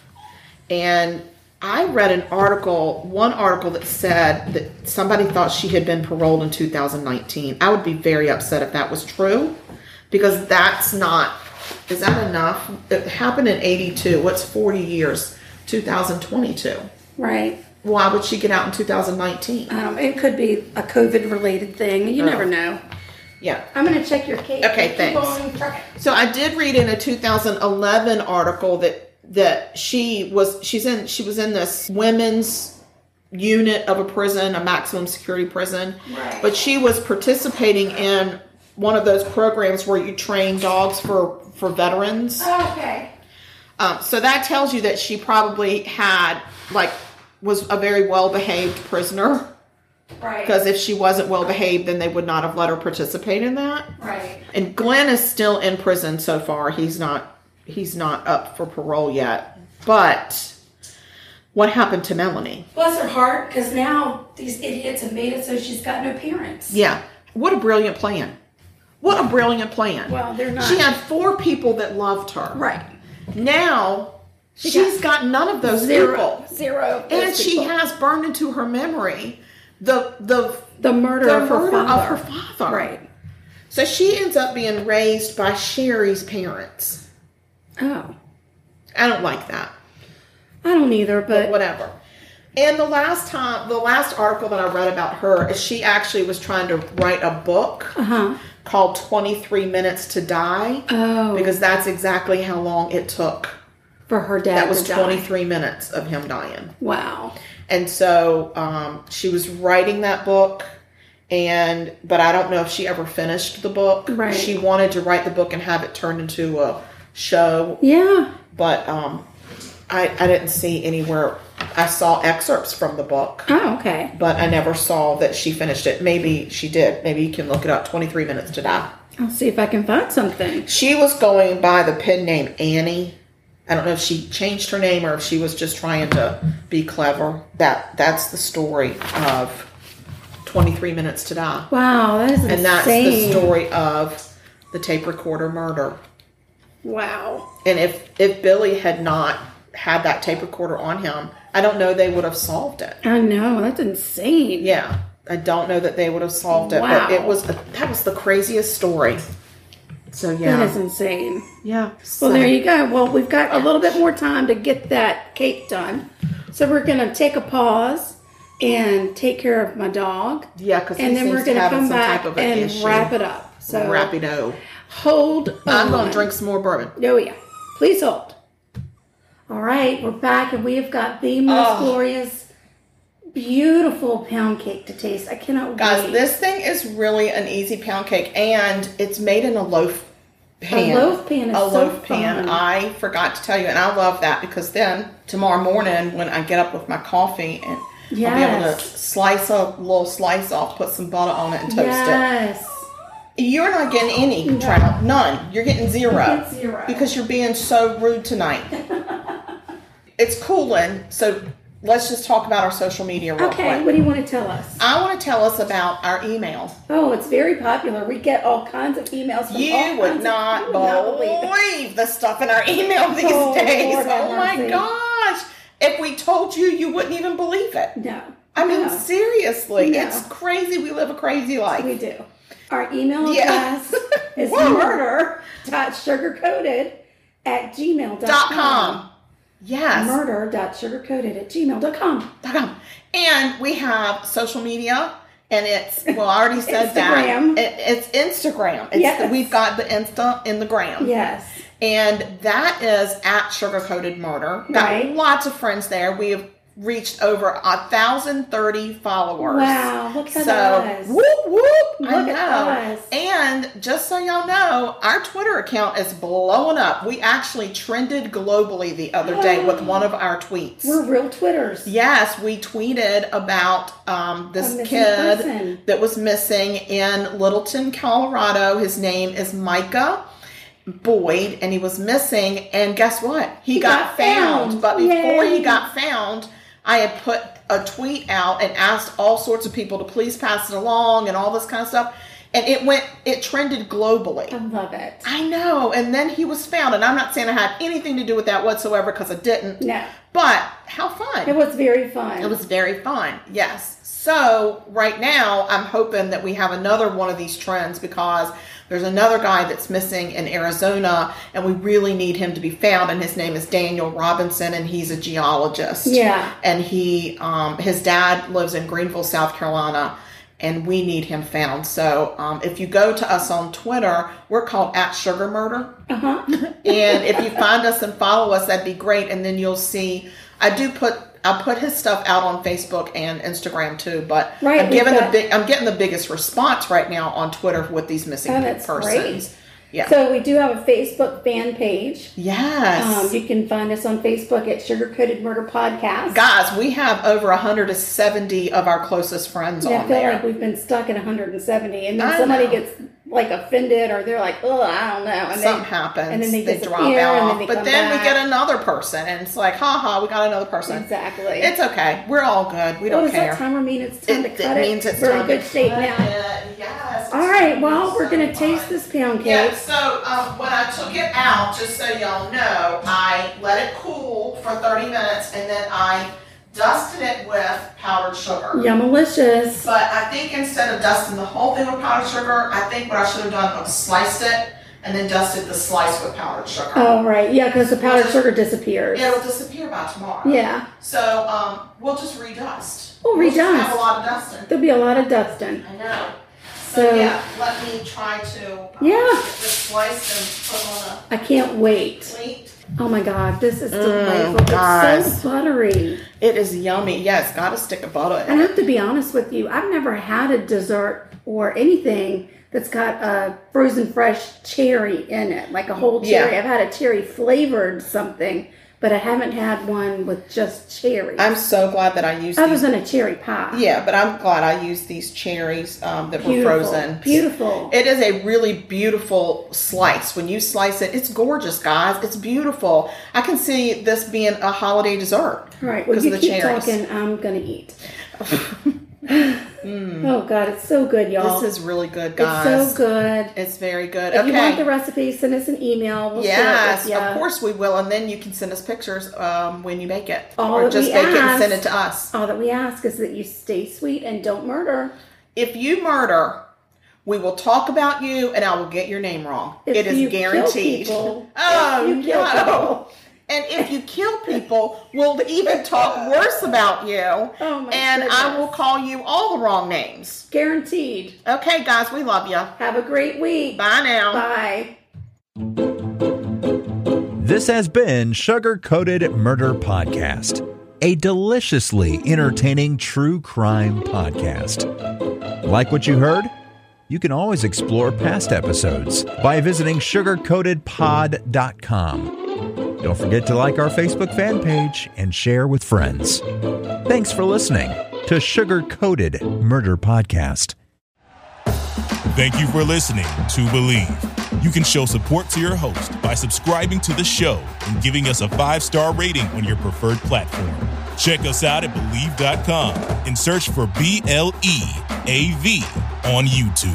Speaker 4: and I read an article, one article that said that somebody thought she had been paroled in 2019. I would be very upset if that was true, because that's not is that enough? It happened in 82. What's 40 years? 2022.
Speaker 3: Right.
Speaker 4: Why would she get out in 2019?
Speaker 3: Um, it could be a COVID related thing. You never know.
Speaker 4: Yeah.
Speaker 3: I'm going to check your case.
Speaker 4: Okay,
Speaker 3: Keep
Speaker 4: thanks.
Speaker 3: on trucking.
Speaker 4: So I did read in a 2011 article that that she was she's in she was in this women's unit of a prison, a maximum security prison,
Speaker 3: Right.
Speaker 4: but she was participating in one of those programs where you train dogs for for veterans.
Speaker 3: Okay.
Speaker 4: Um, so that tells you that she probably had like was a very well behaved prisoner
Speaker 3: Right.
Speaker 4: because if she wasn't well behaved, then they would not have let her participate in that.
Speaker 3: Right.
Speaker 4: And Glenn is still in prison so far. He's not he's not up for parole yet. But what happened to Melanie?
Speaker 3: Bless her heart, because now these idiots have made it so she's got no parents.
Speaker 4: Yeah. What a brilliant plan. What a brilliant plan.
Speaker 3: Well, they're not-
Speaker 4: She had four people that loved her.
Speaker 3: Right.
Speaker 4: Now she's got none of those
Speaker 3: Zero.
Speaker 4: people.
Speaker 3: Zero.
Speaker 4: And she has burned into her memory the the
Speaker 3: the murder,
Speaker 4: the
Speaker 3: of, her
Speaker 4: murder of
Speaker 3: father.
Speaker 4: her father.
Speaker 3: Right.
Speaker 4: So she ends up being raised by Sherry's parents.
Speaker 3: Oh.
Speaker 4: I don't like that.
Speaker 3: I don't either, but
Speaker 4: whatever. And the last time, the last article that I read about her is she actually was trying to write a book
Speaker 3: Uh-huh.
Speaker 4: called 23 Minutes to Die
Speaker 3: Oh.
Speaker 4: because that's exactly how long it took.
Speaker 3: for her dad
Speaker 4: That was
Speaker 3: to die.
Speaker 4: 23 minutes of him dying.
Speaker 3: Wow.
Speaker 4: And so um, she was writing that book. And but I don't know if she ever finished the book.
Speaker 3: Right.
Speaker 4: She wanted to write the book and have it turned into a show
Speaker 3: Yeah.
Speaker 4: but um, I, I didn't see anywhere. I saw excerpts from the book,
Speaker 3: Oh, okay.
Speaker 4: but I never saw that she finished it. Maybe she did. Maybe you can look it up. 23 Minutes to Die.
Speaker 3: I'll see if I can find something.
Speaker 4: She was going by the pen name Annie. I don't know if she changed her name or if she was just trying to be clever. That that's the story of 23 Minutes to Die.
Speaker 3: Wow, that is
Speaker 4: And that's
Speaker 3: insane.
Speaker 4: the story of the tape recorder murder.
Speaker 3: Wow.
Speaker 4: And if if Billy had not had that tape recorder on him, I don't know they would have solved it.
Speaker 3: I know. That's insane.
Speaker 4: Yeah, I don't know that they would have solved it.
Speaker 3: Wow.
Speaker 4: But it was a, that was the craziest story. So yeah,
Speaker 3: That is insane.
Speaker 4: yeah.
Speaker 3: Well,
Speaker 4: so-
Speaker 3: there you go. Well, we've got a little bit more time to get that cake done. So we're going to take a pause and take care of my dog.
Speaker 4: Yeah, 'cause he
Speaker 3: And then
Speaker 4: seems
Speaker 3: we're
Speaker 4: to
Speaker 3: going to
Speaker 4: having
Speaker 3: come
Speaker 4: some
Speaker 3: back
Speaker 4: type of an
Speaker 3: and
Speaker 4: issue.
Speaker 3: wrap it up. So
Speaker 4: rapido.
Speaker 3: hold on.
Speaker 4: I'm gonna drink some more bourbon.
Speaker 3: Oh, yeah. Please hold. All right, we're back and we have got the most glorious, beautiful pound cake to taste. I cannot
Speaker 4: Guys,
Speaker 3: wait.
Speaker 4: this thing is really an easy pound cake, and it's made in a loaf pan.
Speaker 3: loaf pan is
Speaker 4: a
Speaker 3: so
Speaker 4: loaf pan.
Speaker 3: fun.
Speaker 4: I forgot to tell you, and I love that because then tomorrow morning when I get up with my coffee, and I'll be able to
Speaker 3: Yes.
Speaker 4: slice a little slice off, put some butter on it, and toast
Speaker 3: yes.
Speaker 4: it. You're not getting any trout, none. You're getting zero,
Speaker 3: It's zero.
Speaker 4: because you're being so rude tonight. it's cooling, so let's just talk about our social media real
Speaker 3: Okay,
Speaker 4: quick.
Speaker 3: what do you want to tell us?
Speaker 4: I want to tell us about our email.
Speaker 3: Oh, it's very popular. We get all kinds of emails from all
Speaker 4: You would
Speaker 3: kinds
Speaker 4: not
Speaker 3: of, you would
Speaker 4: believe,
Speaker 3: it.
Speaker 4: the stuff in our email these
Speaker 3: Oh,
Speaker 4: days.
Speaker 3: Lord have
Speaker 4: oh my
Speaker 3: mercy.
Speaker 4: gosh. If we told you, you wouldn't even believe it.
Speaker 3: No.
Speaker 4: I mean,
Speaker 3: no,
Speaker 4: seriously,
Speaker 3: No.
Speaker 4: it's crazy. We live a crazy life.
Speaker 3: we do. Our email
Speaker 4: Yeah.
Speaker 3: address is
Speaker 4: Whoa.
Speaker 3: murder dot sugarcoated at gmail
Speaker 4: dot com. Yes.
Speaker 3: Murder dot sugarcoated at gmail dot com.
Speaker 4: Dot com. And we have social media. And it's well, I already said
Speaker 3: Instagram.
Speaker 4: that. It, it's Instagram. It's
Speaker 3: Yes.
Speaker 4: we've got the Insta in the gram.
Speaker 3: Yes.
Speaker 4: and that is at Sugarcoated Murder. Got
Speaker 3: Right.
Speaker 4: lots of friends there. We have reached over 1,030 followers.
Speaker 3: Wow, look at
Speaker 4: So,
Speaker 3: us.
Speaker 4: whoop, whoop. I
Speaker 3: Look
Speaker 4: know.
Speaker 3: at us.
Speaker 4: And just so y'all know, our Twitter account is blowing up. We actually trended globally the other day with one of our tweets.
Speaker 3: We're real Twitters.
Speaker 4: Yes, we tweeted about um, this
Speaker 3: A missing
Speaker 4: kid
Speaker 3: person.
Speaker 4: that was missing in Littleton, Colorado. His name is Micah Boyd, and he was missing. And guess what? He,
Speaker 3: got
Speaker 4: got, found.
Speaker 3: found.
Speaker 4: But before
Speaker 3: Yay.
Speaker 4: he got found, I had put a tweet out and asked all sorts of people to please pass it along and all this kind of stuff. And it went, it trended globally.
Speaker 3: I love it.
Speaker 4: I know. And then he was found. And I'm not saying I had anything to do with that whatsoever because I didn't.
Speaker 3: No.
Speaker 4: But how fun.
Speaker 3: It was very fun.
Speaker 4: It was very fun, yes. So, right now, I'm hoping that we have another one of these trends because there's another guy that's missing in Arizona and we really need him to be found. And his name is Daniel Robinson and he's a geologist.
Speaker 3: Yeah.
Speaker 4: And he, um, his dad lives in Greenville, South Carolina. And we need him found. So um, if you go to us on Twitter, we're called at Sugar Murder.
Speaker 3: Uh-huh.
Speaker 4: And if you find us and follow us, that'd be great. And then you'll see. I do put I put his stuff out on Facebook and Instagram too. But
Speaker 3: Right,
Speaker 4: I'm
Speaker 3: we've
Speaker 4: giving the
Speaker 3: got-
Speaker 4: big. I'm getting the biggest response right now on Twitter with these missing
Speaker 3: Oh, that's
Speaker 4: persons.
Speaker 3: great.
Speaker 4: Yeah.
Speaker 3: So we do have a Facebook fan page.
Speaker 4: yes.
Speaker 3: Um, you can find us on Facebook at Sugar Coated Murder Podcast.
Speaker 4: Guys, we have over 170 of our closest friends
Speaker 3: And I
Speaker 4: on
Speaker 3: feel
Speaker 4: there.
Speaker 3: like we've been stuck at 170, and then
Speaker 4: I
Speaker 3: somebody
Speaker 4: know.
Speaker 3: gets like offended, or they're like, "Oh, I don't know." And they-
Speaker 4: Something happens.
Speaker 3: and then they,
Speaker 4: drop
Speaker 3: disappear, and
Speaker 4: off.
Speaker 3: then they
Speaker 4: but
Speaker 3: come
Speaker 4: then we
Speaker 3: back.
Speaker 4: get another person, and it's like, haha, we got another person.
Speaker 3: exactly.
Speaker 4: It's okay. We're all good. We
Speaker 3: what
Speaker 4: don't
Speaker 3: does
Speaker 4: care.
Speaker 3: that timer mean? It's time
Speaker 4: It-
Speaker 3: to
Speaker 4: it
Speaker 3: cut it.
Speaker 4: means it's
Speaker 3: we're
Speaker 4: time
Speaker 3: in
Speaker 4: to
Speaker 3: good shape
Speaker 4: cut
Speaker 3: now.
Speaker 4: it. Yes.
Speaker 3: All right. Well, we're gonna
Speaker 4: So
Speaker 3: taste
Speaker 4: fun.
Speaker 3: this pound cake.
Speaker 4: Yeah, so um, when I took it out, just so y'all know, I let it cool for 30 minutes and then I dusted it with powdered sugar.
Speaker 3: Yummalicious.
Speaker 4: But I think instead of dusting the whole thing with powdered sugar, I think what I should have done was sliced it and then dusted the slice with powdered sugar.
Speaker 3: All right. Yeah, because the powdered sugar disappears.
Speaker 4: It'll disappear by tomorrow.
Speaker 3: Yeah.
Speaker 4: So um, we'll just redust.
Speaker 3: We'll
Speaker 4: We'll just
Speaker 3: redust.
Speaker 4: have a lot of dusting.
Speaker 3: There'll be a lot of dusting.
Speaker 4: I know. So,
Speaker 3: So-
Speaker 4: yeah, let me try to um,
Speaker 3: Yeah.
Speaker 4: get this sliced and put on a
Speaker 3: I can't wait.
Speaker 4: plate.
Speaker 3: Oh my God, this is
Speaker 4: Mm,
Speaker 3: delightful. It's
Speaker 4: guys.
Speaker 3: so buttery.
Speaker 4: It is yummy. Yeah, it's got a stick of butter
Speaker 3: And I have to be honest with you, I've never had a dessert or anything that's got a frozen fresh cherry in it, like a whole cherry.
Speaker 4: Yeah.
Speaker 3: I've had a cherry flavored something, but I haven't had one with just cherry.
Speaker 4: I'm so glad that I used
Speaker 3: I
Speaker 4: these.
Speaker 3: was in a cherry pie.
Speaker 4: yeah, but I'm glad I used these cherries um, that
Speaker 3: Beautiful.
Speaker 4: were frozen.
Speaker 3: Beautiful.
Speaker 4: It is a really beautiful slice. When you slice it, it's gorgeous, guys. It's beautiful. I can see this being a holiday dessert.
Speaker 3: All right, well,
Speaker 4: 'Cause
Speaker 3: you
Speaker 4: of the
Speaker 3: keep
Speaker 4: cherries.
Speaker 3: talking. I'm going to eat. Oh, God, it's so good, y'all.
Speaker 4: Hmm. This is really good,
Speaker 3: it's
Speaker 4: guys.
Speaker 3: so good.
Speaker 4: It's very good.
Speaker 3: If
Speaker 4: okay.
Speaker 3: you want the recipe, send us an email. We'll share it
Speaker 4: Yes,
Speaker 3: with you.
Speaker 4: of course we will, and then you can send us pictures um, when you make it,
Speaker 3: All
Speaker 4: or
Speaker 3: that
Speaker 4: just
Speaker 3: we
Speaker 4: make it and send
Speaker 3: Oh, ask-
Speaker 4: it to us.
Speaker 3: All that we ask is that you stay sweet and don't murder.
Speaker 4: If you murder, we will talk about you, and I will get your name wrong.
Speaker 3: If
Speaker 4: it is
Speaker 3: you kill
Speaker 4: guaranteed.
Speaker 3: people-
Speaker 4: oh
Speaker 3: if you kill
Speaker 4: no.
Speaker 3: people.
Speaker 4: And if you kill people, we'll even talk worse about you.
Speaker 3: Oh, my
Speaker 4: and I
Speaker 3: goodness.
Speaker 4: will call you all the wrong names.
Speaker 3: Guaranteed.
Speaker 4: Okay, guys, we love you.
Speaker 3: Have a great week.
Speaker 4: Bye now.
Speaker 3: Bye.
Speaker 2: This has been Sugar Coated Murder Podcast, a deliciously entertaining true crime podcast. Like what you heard? You can always explore past episodes by visiting sugarcoatedpod.com. Don't forget to like our Facebook fan page and share with friends. Thanks for listening to Sugar Coated Murder Podcast.
Speaker 1: Thank you for listening to Believe. You can show support to your host by subscribing to the show and giving us a five star rating on your preferred platform. Check us out at Believe.com and search for B L E A V on YouTube.